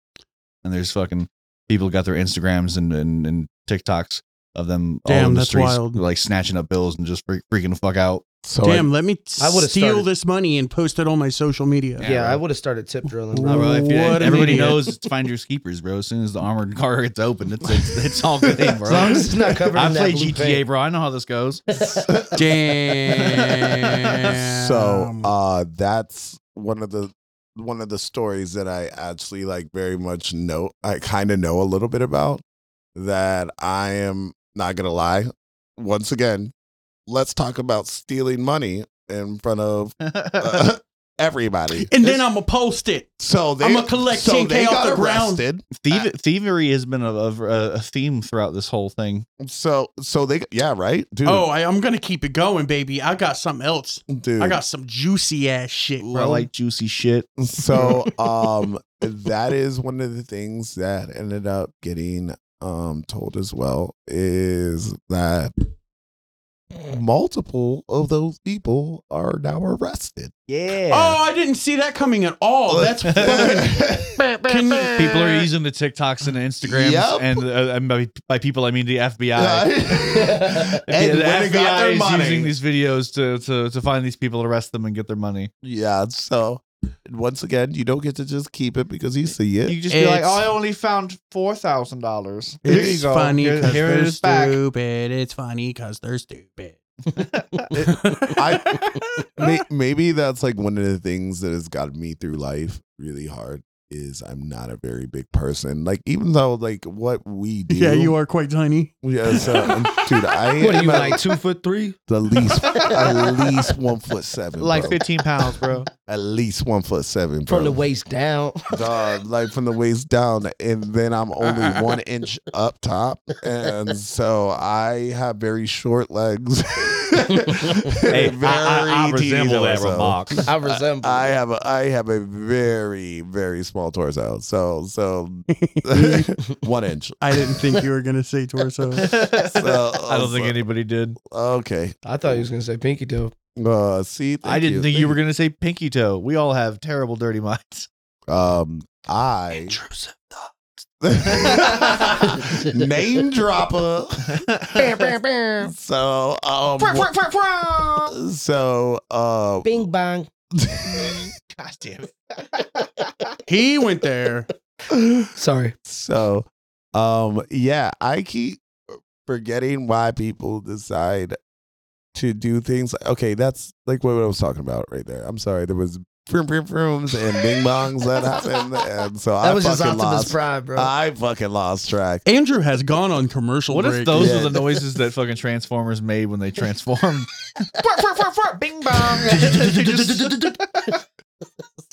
[SPEAKER 2] And there's fucking people got their Instagrams and and, and TikToks of them all
[SPEAKER 1] Damn,
[SPEAKER 2] in the
[SPEAKER 1] that's
[SPEAKER 2] streets,
[SPEAKER 1] wild.
[SPEAKER 2] like snatching up bills and just freak, freaking the fuck out.
[SPEAKER 3] So
[SPEAKER 1] Damn, let me
[SPEAKER 5] I
[SPEAKER 1] steal
[SPEAKER 5] would've started-
[SPEAKER 1] this money and post it on my social media.
[SPEAKER 5] Yeah,
[SPEAKER 2] Yeah, bro.
[SPEAKER 5] I would have started tip drilling.
[SPEAKER 1] No, bro, if you- What an
[SPEAKER 2] everybody
[SPEAKER 1] idiot.
[SPEAKER 2] knows it's find your keepers, bro. As soon as the armored car gets open, it's it's, it's all good, bro.
[SPEAKER 5] As long as it's not covered
[SPEAKER 2] I
[SPEAKER 5] in that
[SPEAKER 2] played
[SPEAKER 5] blue
[SPEAKER 2] GTA,
[SPEAKER 5] paint.
[SPEAKER 2] bro. I know how this goes.
[SPEAKER 1] Damn.
[SPEAKER 3] so uh, that's one of the one of the stories that I actually like very much know. I kind of know a little bit about that. I am not gonna lie. Once again, let's talk about stealing money in front of
[SPEAKER 2] That's
[SPEAKER 3] uh, everybody.
[SPEAKER 1] And then I'ma post it.
[SPEAKER 3] So they,
[SPEAKER 1] I'ma collect
[SPEAKER 3] so
[SPEAKER 1] 10K
[SPEAKER 3] they
[SPEAKER 1] off
[SPEAKER 3] got
[SPEAKER 1] the ground.
[SPEAKER 3] arrested.
[SPEAKER 2] Thiev- thievery has been a, a, a theme throughout this whole thing.
[SPEAKER 3] So so they yeah right dude
[SPEAKER 1] Oh, I, I'm gonna keep it going, baby. I got something else.
[SPEAKER 3] dude
[SPEAKER 1] I got some juicy ass shit,
[SPEAKER 2] I
[SPEAKER 1] bro.
[SPEAKER 2] like juicy shit.
[SPEAKER 3] so um that is one of the things that ended up getting um told as well is that multiple of those people are now arrested
[SPEAKER 2] Yeah.
[SPEAKER 1] Oh, I didn't see that coming at all. That's fucking Can you-
[SPEAKER 2] People are using the TikToks and the Instagrams,
[SPEAKER 3] Yep.
[SPEAKER 2] and, uh, and by, by people I mean the FBI.
[SPEAKER 3] And
[SPEAKER 2] the
[SPEAKER 3] when it got
[SPEAKER 2] FBI
[SPEAKER 3] their
[SPEAKER 2] is
[SPEAKER 3] money.
[SPEAKER 2] using these videos to, to to find these people, arrest them, and get their money.
[SPEAKER 3] yeah so once again you don't get to just keep it because you see it
[SPEAKER 2] You just
[SPEAKER 1] be like, It's- "Oh, I
[SPEAKER 2] only found four thousand dollars."
[SPEAKER 1] it's funny
[SPEAKER 2] Here-
[SPEAKER 1] because
[SPEAKER 2] here it
[SPEAKER 1] they're
[SPEAKER 2] is back.
[SPEAKER 1] stupid. It's funny because they're stupid.
[SPEAKER 3] May- maybe that's like one of the things that has gotten me through life really hard is i'm not a very big person like even though like what we do
[SPEAKER 1] yeah, you are quite tiny.
[SPEAKER 3] Yeah, so, um, dude, I
[SPEAKER 5] What are
[SPEAKER 3] am
[SPEAKER 5] you
[SPEAKER 3] at
[SPEAKER 5] like two foot three?
[SPEAKER 3] the least, at least one foot seven,
[SPEAKER 2] Like
[SPEAKER 3] bro.
[SPEAKER 2] fifteen pounds, bro.
[SPEAKER 3] at least one foot seven, bro.
[SPEAKER 6] From the waist down.
[SPEAKER 3] Dog, like from the waist down, and then I'm only one inch up top, and so I have very short legs.
[SPEAKER 2] hey,
[SPEAKER 3] Very
[SPEAKER 2] I, I, I
[SPEAKER 3] teeny
[SPEAKER 2] resemble that
[SPEAKER 3] torso.
[SPEAKER 2] remark.
[SPEAKER 6] I resemble.
[SPEAKER 3] I have a I have a very very small torso, so so one inch.
[SPEAKER 1] I didn't think you were gonna say torso.
[SPEAKER 2] I don't think anybody did.
[SPEAKER 3] Okay,
[SPEAKER 5] I thought he was gonna say pinky toe.
[SPEAKER 3] uh, see,
[SPEAKER 2] I didn't think you were going to say pinky toe. We all have terrible dirty minds.
[SPEAKER 3] gonna. Um, I.
[SPEAKER 6] Intrusive.
[SPEAKER 3] name dropper. so um, so uh,
[SPEAKER 6] Bing bang.
[SPEAKER 2] God damn it.
[SPEAKER 1] he went there.
[SPEAKER 5] Sorry.
[SPEAKER 3] so um, yeah, I keep forgetting why people decide to do things. Okay, that's like what I was talking about right there. I'm sorry, there was vroom vroom vrooms and bing bongs that happened, and so
[SPEAKER 6] That
[SPEAKER 3] I
[SPEAKER 6] was just
[SPEAKER 3] fucking
[SPEAKER 6] Optimus
[SPEAKER 3] lost.
[SPEAKER 6] Prime, bro.
[SPEAKER 3] I fucking lost track.
[SPEAKER 1] Andrew has gone on commercial
[SPEAKER 2] What
[SPEAKER 1] break.
[SPEAKER 2] if those
[SPEAKER 3] Yeah.
[SPEAKER 2] are the noises that fucking Transformers made when they transformed? Bing bong.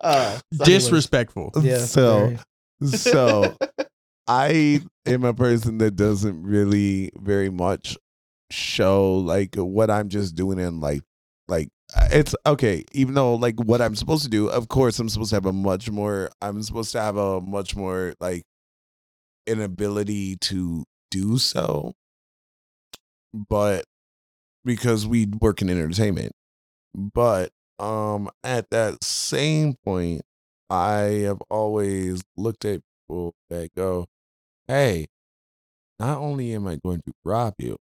[SPEAKER 5] Uh,
[SPEAKER 1] disrespectful?
[SPEAKER 5] yeah.
[SPEAKER 3] So-
[SPEAKER 5] very.
[SPEAKER 3] so I am a person that doesn't really very much show like what I'm just doing in life. Like uh, it's okay, even though like what I'm supposed to do, of course I'm supposed to have a much more I'm supposed to have a much more like an ability to do so. But because we work in entertainment. But um at that same point I have always looked at people that go, hey, not only am I going to rob you,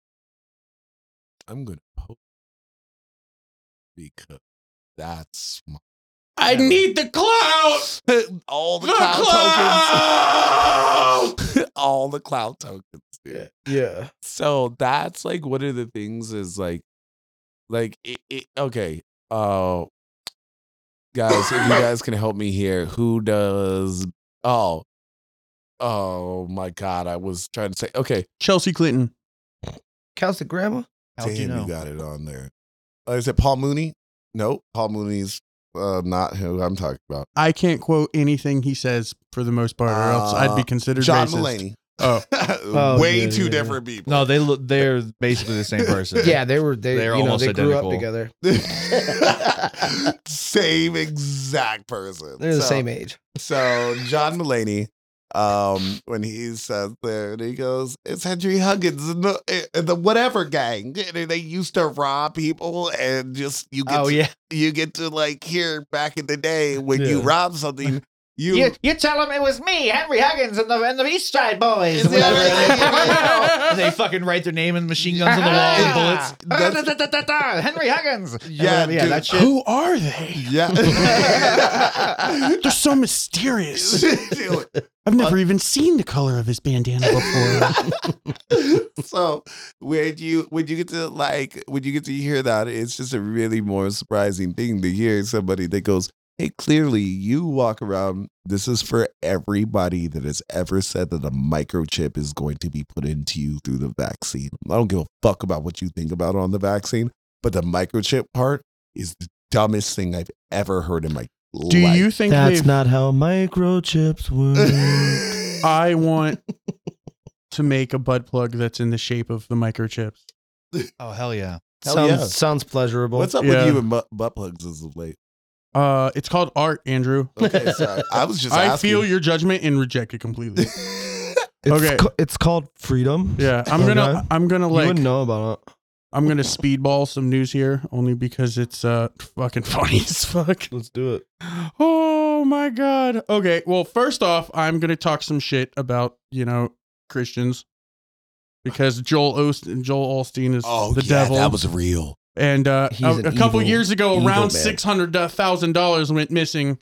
[SPEAKER 3] I'm going to poke you because that's my
[SPEAKER 1] I need the clout.
[SPEAKER 3] all the
[SPEAKER 1] The
[SPEAKER 3] cloud
[SPEAKER 1] clout!
[SPEAKER 3] tokens, all the cloud tokens. Dude.
[SPEAKER 5] yeah.
[SPEAKER 3] So that's like one of the things is like, like it, it okay, uh, guys, if you guys can help me here, who does? Oh, oh my God, I was trying to say okay.
[SPEAKER 1] Chelsea Clinton.
[SPEAKER 5] Cows the grandma?
[SPEAKER 2] How'd you know?
[SPEAKER 3] got it on there. Uh, is it Paul Mooney? No, Paul Mooney's uh, not who I'm talking about.
[SPEAKER 1] I can't quote anything he says for the most part, or else I'd be
[SPEAKER 3] Uh,
[SPEAKER 1] considered
[SPEAKER 3] John
[SPEAKER 1] racist.
[SPEAKER 3] Mulaney.
[SPEAKER 1] Oh.
[SPEAKER 5] Oh,
[SPEAKER 3] way
[SPEAKER 5] yeah,
[SPEAKER 3] two
[SPEAKER 5] yeah,
[SPEAKER 3] different people.
[SPEAKER 2] No, they look. They're basically the same person.
[SPEAKER 5] Yeah, they were they
[SPEAKER 2] They're
[SPEAKER 5] you know,
[SPEAKER 2] almost
[SPEAKER 5] they grew
[SPEAKER 2] identical.
[SPEAKER 5] up together.
[SPEAKER 3] same exact person.
[SPEAKER 5] They're the
[SPEAKER 3] So-
[SPEAKER 5] same age.
[SPEAKER 3] So John Mulaney, um, when he says there, and he goes, "It's Henry Huggins and the, eh, and the whatever gang." And they used to rob people, and just you get
[SPEAKER 2] Oh
[SPEAKER 3] to,
[SPEAKER 2] yeah.
[SPEAKER 3] you get to like hear back in the day when you
[SPEAKER 5] Yeah.
[SPEAKER 3] rob something, you.
[SPEAKER 2] tell them it was me, Henry Huggins, and the, and the East Side Boys.
[SPEAKER 3] and whatever.
[SPEAKER 2] and they fucking write their name and machine guns on the wall
[SPEAKER 3] Ah,
[SPEAKER 2] and bullets. Henry Huggins.
[SPEAKER 3] Yeah,
[SPEAKER 2] yeah,
[SPEAKER 3] dude.
[SPEAKER 2] that shit.
[SPEAKER 1] Who are they?
[SPEAKER 3] yeah.
[SPEAKER 1] They're so mysterious.
[SPEAKER 3] Dude,
[SPEAKER 1] I've never even seen the color of his bandana before.
[SPEAKER 3] so when you when you get to like when you get to hear that, it's just a really more surprising thing to hear somebody that goes, "Hey, clearly you walk around. This is for everybody that has ever said that a microchip is going to be put into you through the vaccine. I don't give a fuck about what you think about on the vaccine, but the microchip part is the dumbest thing I've ever heard in my life.
[SPEAKER 1] Do you think
[SPEAKER 5] That's
[SPEAKER 1] they've-
[SPEAKER 5] not how microchips work.
[SPEAKER 1] I want to make a butt plug that's in the shape of the microchips?
[SPEAKER 2] Oh hell yeah!
[SPEAKER 3] Hell
[SPEAKER 5] sounds,
[SPEAKER 3] yeah.
[SPEAKER 5] sounds pleasurable.
[SPEAKER 3] What's up
[SPEAKER 1] Yeah.
[SPEAKER 3] with you and butt, butt plugs as of late?
[SPEAKER 1] Uh, it's called art, Andrew.
[SPEAKER 3] Okay, sorry. I was just.
[SPEAKER 1] I
[SPEAKER 3] asking.
[SPEAKER 1] feel your judgment and reject it completely.
[SPEAKER 5] It's,
[SPEAKER 1] Okay.
[SPEAKER 5] ca- it's called freedom.
[SPEAKER 1] Yeah, I'm
[SPEAKER 5] Okay.
[SPEAKER 1] gonna, I'm gonna
[SPEAKER 5] Oh, you
[SPEAKER 1] like,
[SPEAKER 5] wouldn't know about it.
[SPEAKER 1] I'm gonna speedball some news here, only because it's uh fucking funny as fuck.
[SPEAKER 5] Let's do it.
[SPEAKER 1] Oh my god. Okay. Well, first off, I'm gonna talk some shit about you know Christians because Joel Osteen, Joel Alstein is
[SPEAKER 3] Oh,
[SPEAKER 1] the
[SPEAKER 3] yeah,
[SPEAKER 1] devil.
[SPEAKER 3] that was real.
[SPEAKER 1] and uh,
[SPEAKER 5] He's
[SPEAKER 1] a,
[SPEAKER 5] an
[SPEAKER 1] a couple
[SPEAKER 5] evil,
[SPEAKER 1] years ago,
[SPEAKER 5] evil man.
[SPEAKER 1] around six hundred thousand dollars went missing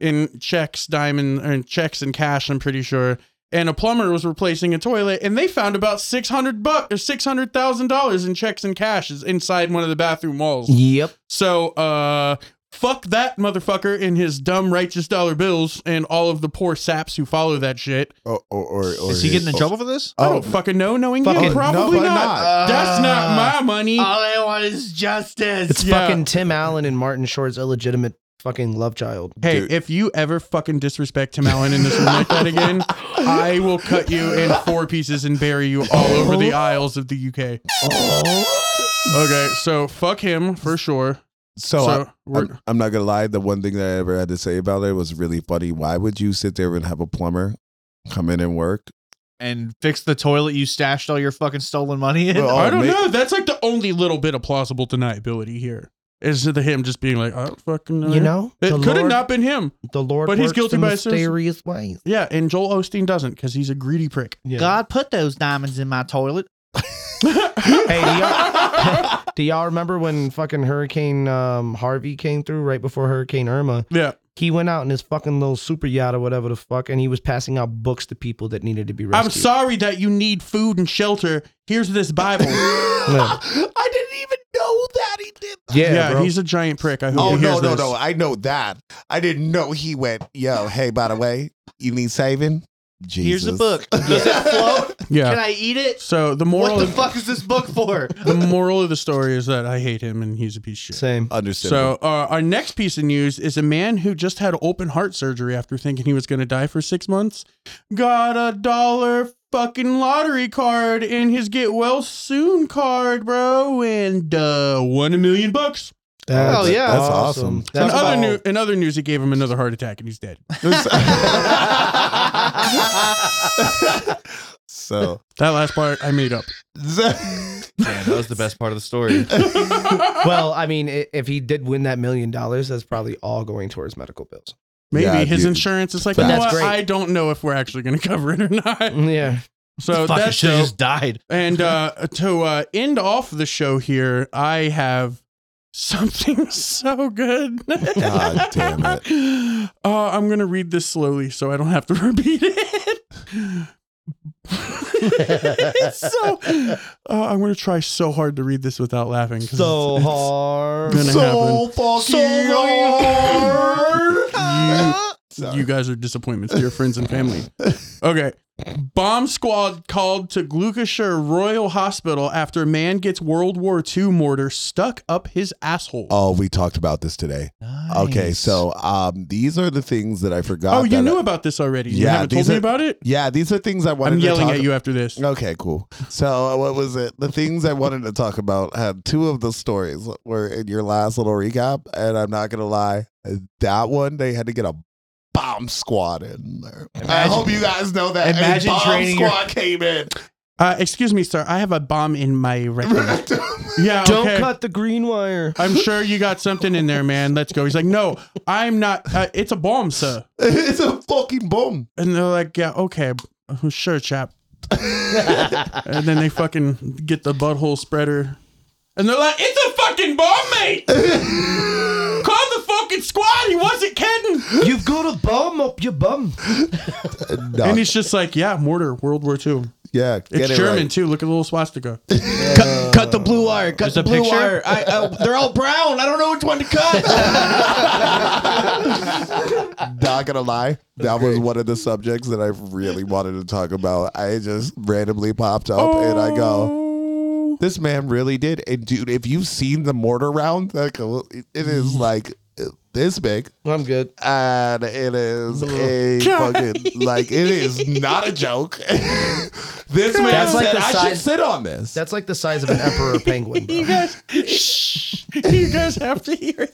[SPEAKER 1] in checks, diamond, and checks and cash. I'm pretty sure. And a plumber was replacing a toilet, and they found about six hundred buck or six hundred thousand dollars in checks and cash is inside one of the bathroom walls.
[SPEAKER 5] Yep.
[SPEAKER 1] So, uh, fuck that motherfucker and his dumb righteous dollar bills, and all of the poor saps who follow that shit.
[SPEAKER 3] Or, or, Oh, or, or
[SPEAKER 2] Is he getting in
[SPEAKER 3] or-
[SPEAKER 2] trouble for this?
[SPEAKER 1] I
[SPEAKER 3] Oh,
[SPEAKER 1] don't fucking know. Knowing
[SPEAKER 2] Fucking-
[SPEAKER 1] him, probably
[SPEAKER 3] no, but
[SPEAKER 1] not.
[SPEAKER 3] not.
[SPEAKER 1] That's not
[SPEAKER 2] Uh,
[SPEAKER 5] Uh,
[SPEAKER 1] my money.
[SPEAKER 4] All I want is justice.
[SPEAKER 5] It's
[SPEAKER 1] Yeah.
[SPEAKER 5] fucking Tim Allen and Martin Short's illegitimate fucking love child.
[SPEAKER 1] Hey,
[SPEAKER 3] Dude.
[SPEAKER 1] if you ever fucking disrespect Tim Allen in this room like that again, I will cut you in four pieces and bury you all over the aisles of the UK.
[SPEAKER 3] Oh.
[SPEAKER 1] Okay, so fuck him for sure.
[SPEAKER 3] So,
[SPEAKER 1] so
[SPEAKER 3] I,
[SPEAKER 1] we're,
[SPEAKER 3] I'm, I'm not gonna lie. The one thing that I ever had to say about it was really funny. Why would you sit there and have a plumber come in and work?
[SPEAKER 2] And fix the toilet you stashed all your fucking stolen money in.
[SPEAKER 3] Well,
[SPEAKER 1] I don't
[SPEAKER 3] ma-
[SPEAKER 1] know. That's like the only little bit of plausible deniability here is the him just being like, I don't fucking know.
[SPEAKER 6] You know,
[SPEAKER 1] it
[SPEAKER 6] the
[SPEAKER 1] could have
[SPEAKER 6] Lord-
[SPEAKER 1] not been him.
[SPEAKER 6] The Lord,
[SPEAKER 1] but he's guilty
[SPEAKER 6] in
[SPEAKER 1] by association.
[SPEAKER 6] mysterious ways.
[SPEAKER 1] Yeah, and Joel Osteen doesn't because he's a greedy prick.
[SPEAKER 5] Yeah.
[SPEAKER 4] God put those diamonds in my toilet.
[SPEAKER 5] Hey, do y'all, do y'all remember when fucking Hurricane um, Harvey came through right before Hurricane Irma?
[SPEAKER 1] Yeah.
[SPEAKER 5] He went out in his fucking little super yacht or whatever the fuck, and he was passing out books to people that needed to be rescued.
[SPEAKER 1] I'm sorry that you need food and shelter. Here's this Bible.
[SPEAKER 3] I didn't even know that he did. That.
[SPEAKER 5] Yeah,
[SPEAKER 1] yeah,
[SPEAKER 5] bro.
[SPEAKER 1] he's a giant prick. I hope
[SPEAKER 3] Oh
[SPEAKER 1] he
[SPEAKER 3] no,
[SPEAKER 1] hears
[SPEAKER 3] no,
[SPEAKER 1] this.
[SPEAKER 3] no! I know that. I didn't know he went. Yo, hey, by the way, you need saving. Jesus.
[SPEAKER 4] Here's a book. Does it float?
[SPEAKER 1] Yeah.
[SPEAKER 4] Can I eat it?
[SPEAKER 1] so the moral,
[SPEAKER 4] What the
[SPEAKER 1] of,
[SPEAKER 4] fuck is this book for?
[SPEAKER 1] the moral of the story is that I hate him and he's a piece of shit.
[SPEAKER 5] Same.
[SPEAKER 3] Understandable.
[SPEAKER 1] So uh, our next piece of news is a man who just had open heart surgery after thinking he was going to die for six months, got a dollar fucking lottery card in his get well soon card, bro, and uh, won a million bucks.
[SPEAKER 5] That's
[SPEAKER 2] Hell yeah.
[SPEAKER 3] That's awesome.
[SPEAKER 1] In
[SPEAKER 5] That's
[SPEAKER 1] other,
[SPEAKER 5] about-
[SPEAKER 1] new, in other news, it gave him another heart attack and he's dead.
[SPEAKER 3] so,
[SPEAKER 1] That last part I made up.
[SPEAKER 2] Man, that was the best part of the story.
[SPEAKER 5] well, I mean, i- if he did win that million dollars, that's probably all going towards medical bills.
[SPEAKER 1] Maybe
[SPEAKER 3] Yeah,
[SPEAKER 1] his
[SPEAKER 3] dude.
[SPEAKER 1] insurance is like,
[SPEAKER 3] But
[SPEAKER 1] you know
[SPEAKER 6] that's
[SPEAKER 1] what?
[SPEAKER 6] great.
[SPEAKER 1] I don't know if we're actually going to cover it or not.
[SPEAKER 5] Yeah.
[SPEAKER 1] So
[SPEAKER 2] fucking
[SPEAKER 1] that's
[SPEAKER 2] shit
[SPEAKER 1] dope.
[SPEAKER 2] just died.
[SPEAKER 1] And uh, to uh, end off the show here, I have something so good.
[SPEAKER 3] God damn
[SPEAKER 1] it. Uh, I'm going to read this slowly so I don't have to repeat it. so uh, I'm going to try so hard to read this without laughing. 'cause
[SPEAKER 5] So
[SPEAKER 1] it's- it's
[SPEAKER 5] hard.
[SPEAKER 1] gonna happen.
[SPEAKER 3] fucking hard. Sorry.
[SPEAKER 1] You guys are disappointments to your friends and family. Okay. Bomb squad called to Gloucestershire Royal Hospital after man gets World War II mortar stuck up his asshole.
[SPEAKER 3] Oh, we talked about this today. Okay,
[SPEAKER 2] Nice.
[SPEAKER 3] so um, these are the things that I forgot.
[SPEAKER 1] Oh, you
[SPEAKER 3] that
[SPEAKER 1] knew
[SPEAKER 3] I-
[SPEAKER 1] about this already. You
[SPEAKER 3] Yeah,
[SPEAKER 1] haven't told
[SPEAKER 3] these
[SPEAKER 1] me
[SPEAKER 3] are-
[SPEAKER 1] about it?
[SPEAKER 3] yeah, these are things I wanted.
[SPEAKER 1] I'm yelling
[SPEAKER 3] to talk
[SPEAKER 1] at you after this.
[SPEAKER 3] Okay, cool. So, uh, what was it? The things I wanted to talk about had two of the stories were in your last little recap, and I'm not gonna lie, that one they had to get a bomb squad in there. I
[SPEAKER 2] Imagine-
[SPEAKER 3] hope you guys know that. a
[SPEAKER 2] imagine
[SPEAKER 3] bomb
[SPEAKER 2] training your-
[SPEAKER 3] squad came in.
[SPEAKER 1] Uh, excuse me, sir. I have a bomb in my rectum. yeah,
[SPEAKER 5] Don't
[SPEAKER 1] okay.
[SPEAKER 5] cut the green wire.
[SPEAKER 1] I'm sure you got something in there, man. Let's go. He's like, no, I'm not. Uh, it's a bomb, sir.
[SPEAKER 3] it's a fucking bomb.
[SPEAKER 1] And they're like, yeah, okay, b- sure, chap. and then they fucking get the butthole spreader. And they're like, it's a fucking bomb, mate! Call the fucking squad! He wasn't kidding!
[SPEAKER 5] You've got a bomb up your bum.
[SPEAKER 3] No,
[SPEAKER 1] And he's just like, yeah, mortar, World War II.
[SPEAKER 3] yeah,
[SPEAKER 1] It's
[SPEAKER 3] get it
[SPEAKER 1] German,
[SPEAKER 3] right.
[SPEAKER 1] too. Look at the little swastika.
[SPEAKER 4] cut, cut the blue wire. Cut
[SPEAKER 2] There's a picture?
[SPEAKER 4] I, I, they're all brown. I don't know which one to cut.
[SPEAKER 3] Not gonna lie, that was one of the subjects that I really wanted to talk about. I just randomly popped up, and I go,
[SPEAKER 1] Oh.
[SPEAKER 3] This man really did. And dude, if you've seen the mortar round, like it is like this big,
[SPEAKER 5] I'm good.
[SPEAKER 3] and it is a fucking like it is not a joke. this man
[SPEAKER 5] That's like
[SPEAKER 3] said,
[SPEAKER 5] the
[SPEAKER 3] "I should
[SPEAKER 5] size-
[SPEAKER 3] sit on this."
[SPEAKER 5] That's like the size of an emperor penguin. bro.
[SPEAKER 1] You guys, shh. You guys have to hear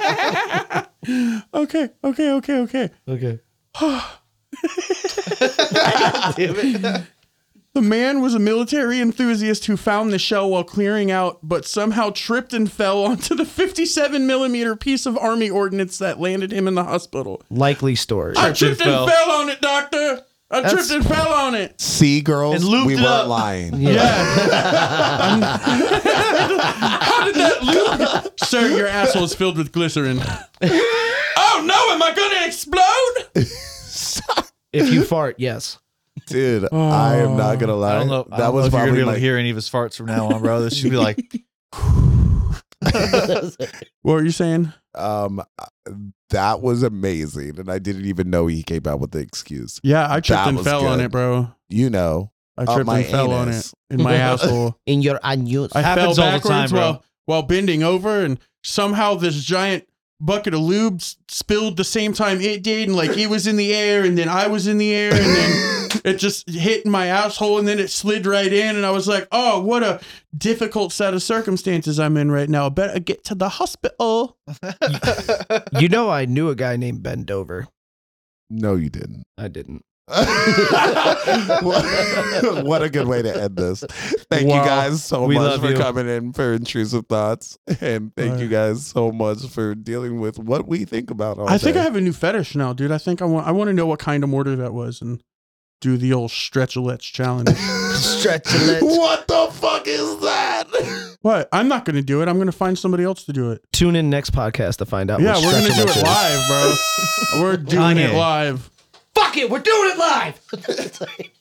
[SPEAKER 1] that. okay, okay, okay, okay.
[SPEAKER 5] Okay.
[SPEAKER 1] The man was a military enthusiast who found the shell while clearing out, but somehow tripped and fell onto the 57 millimeter piece of army ordnance that landed him in the hospital.
[SPEAKER 5] Likely story.
[SPEAKER 1] I tripped and fell, on it, doctor. I
[SPEAKER 5] That's-
[SPEAKER 1] tripped and fell on it.
[SPEAKER 3] See,
[SPEAKER 2] And
[SPEAKER 3] girls,
[SPEAKER 2] lubed
[SPEAKER 3] we
[SPEAKER 2] it
[SPEAKER 3] weren't
[SPEAKER 2] up.
[SPEAKER 3] lying.
[SPEAKER 1] Yeah. How did that loop? Sir, your asshole is filled with glycerin. oh no, am I gonna explode?
[SPEAKER 5] If you fart, yes.
[SPEAKER 3] Dude, I am not gonna lie.
[SPEAKER 2] I don't know.
[SPEAKER 3] That
[SPEAKER 2] I don't
[SPEAKER 3] was
[SPEAKER 2] know if you're gonna
[SPEAKER 3] probably
[SPEAKER 2] be able
[SPEAKER 3] like-
[SPEAKER 2] to hear any of his farts from now on, bro. This should be like
[SPEAKER 1] What are you saying?
[SPEAKER 3] um that was amazing and i didn't even know he came out with the excuse
[SPEAKER 1] Yeah, I tripped
[SPEAKER 3] That
[SPEAKER 1] and
[SPEAKER 3] was
[SPEAKER 1] fell on
[SPEAKER 3] good.
[SPEAKER 1] it, bro.
[SPEAKER 3] you know
[SPEAKER 1] I
[SPEAKER 3] Up
[SPEAKER 1] tripped
[SPEAKER 3] my
[SPEAKER 1] and fell
[SPEAKER 3] anus.
[SPEAKER 1] on it in my asshole.
[SPEAKER 6] in your unused.
[SPEAKER 1] I fell
[SPEAKER 2] Happens all the
[SPEAKER 1] backwards
[SPEAKER 2] time, bro.
[SPEAKER 1] while while bending over, and somehow this giant bucket of lube s- spilled the same time it did, and like it was in the air, and then I was in the air, and then it just hit my asshole, and then it slid right in, and I was like, "Oh, what a difficult set of circumstances I'm in right now. Better get to the hospital."
[SPEAKER 5] You know, I knew a guy named Ben Dover.
[SPEAKER 3] no you didn't
[SPEAKER 5] I didn't.
[SPEAKER 3] what, what a good way to end this thank
[SPEAKER 1] Wow.
[SPEAKER 3] you guys so
[SPEAKER 2] We
[SPEAKER 3] much
[SPEAKER 2] love
[SPEAKER 3] for
[SPEAKER 2] you.
[SPEAKER 3] coming in for intrusive thoughts and thank
[SPEAKER 1] Alright.
[SPEAKER 3] you guys so much for dealing with what we think about all
[SPEAKER 1] I think
[SPEAKER 3] day.
[SPEAKER 1] I have a new fetish now, dude. I think I want I want to know what kind of mortar that was, and do the old stretch a challenge.
[SPEAKER 6] Stretch your legs.
[SPEAKER 3] what the fuck is that
[SPEAKER 1] what? I'm not going to do it. I'm going to find somebody else to do it.
[SPEAKER 5] Tune in next podcast to find out.
[SPEAKER 1] Yeah,
[SPEAKER 5] which
[SPEAKER 1] we're gonna do
[SPEAKER 5] special
[SPEAKER 1] it
[SPEAKER 5] is.
[SPEAKER 1] live, bro. We're doing it
[SPEAKER 2] Kanye.
[SPEAKER 1] live.
[SPEAKER 6] Fuck it, we're doing it live.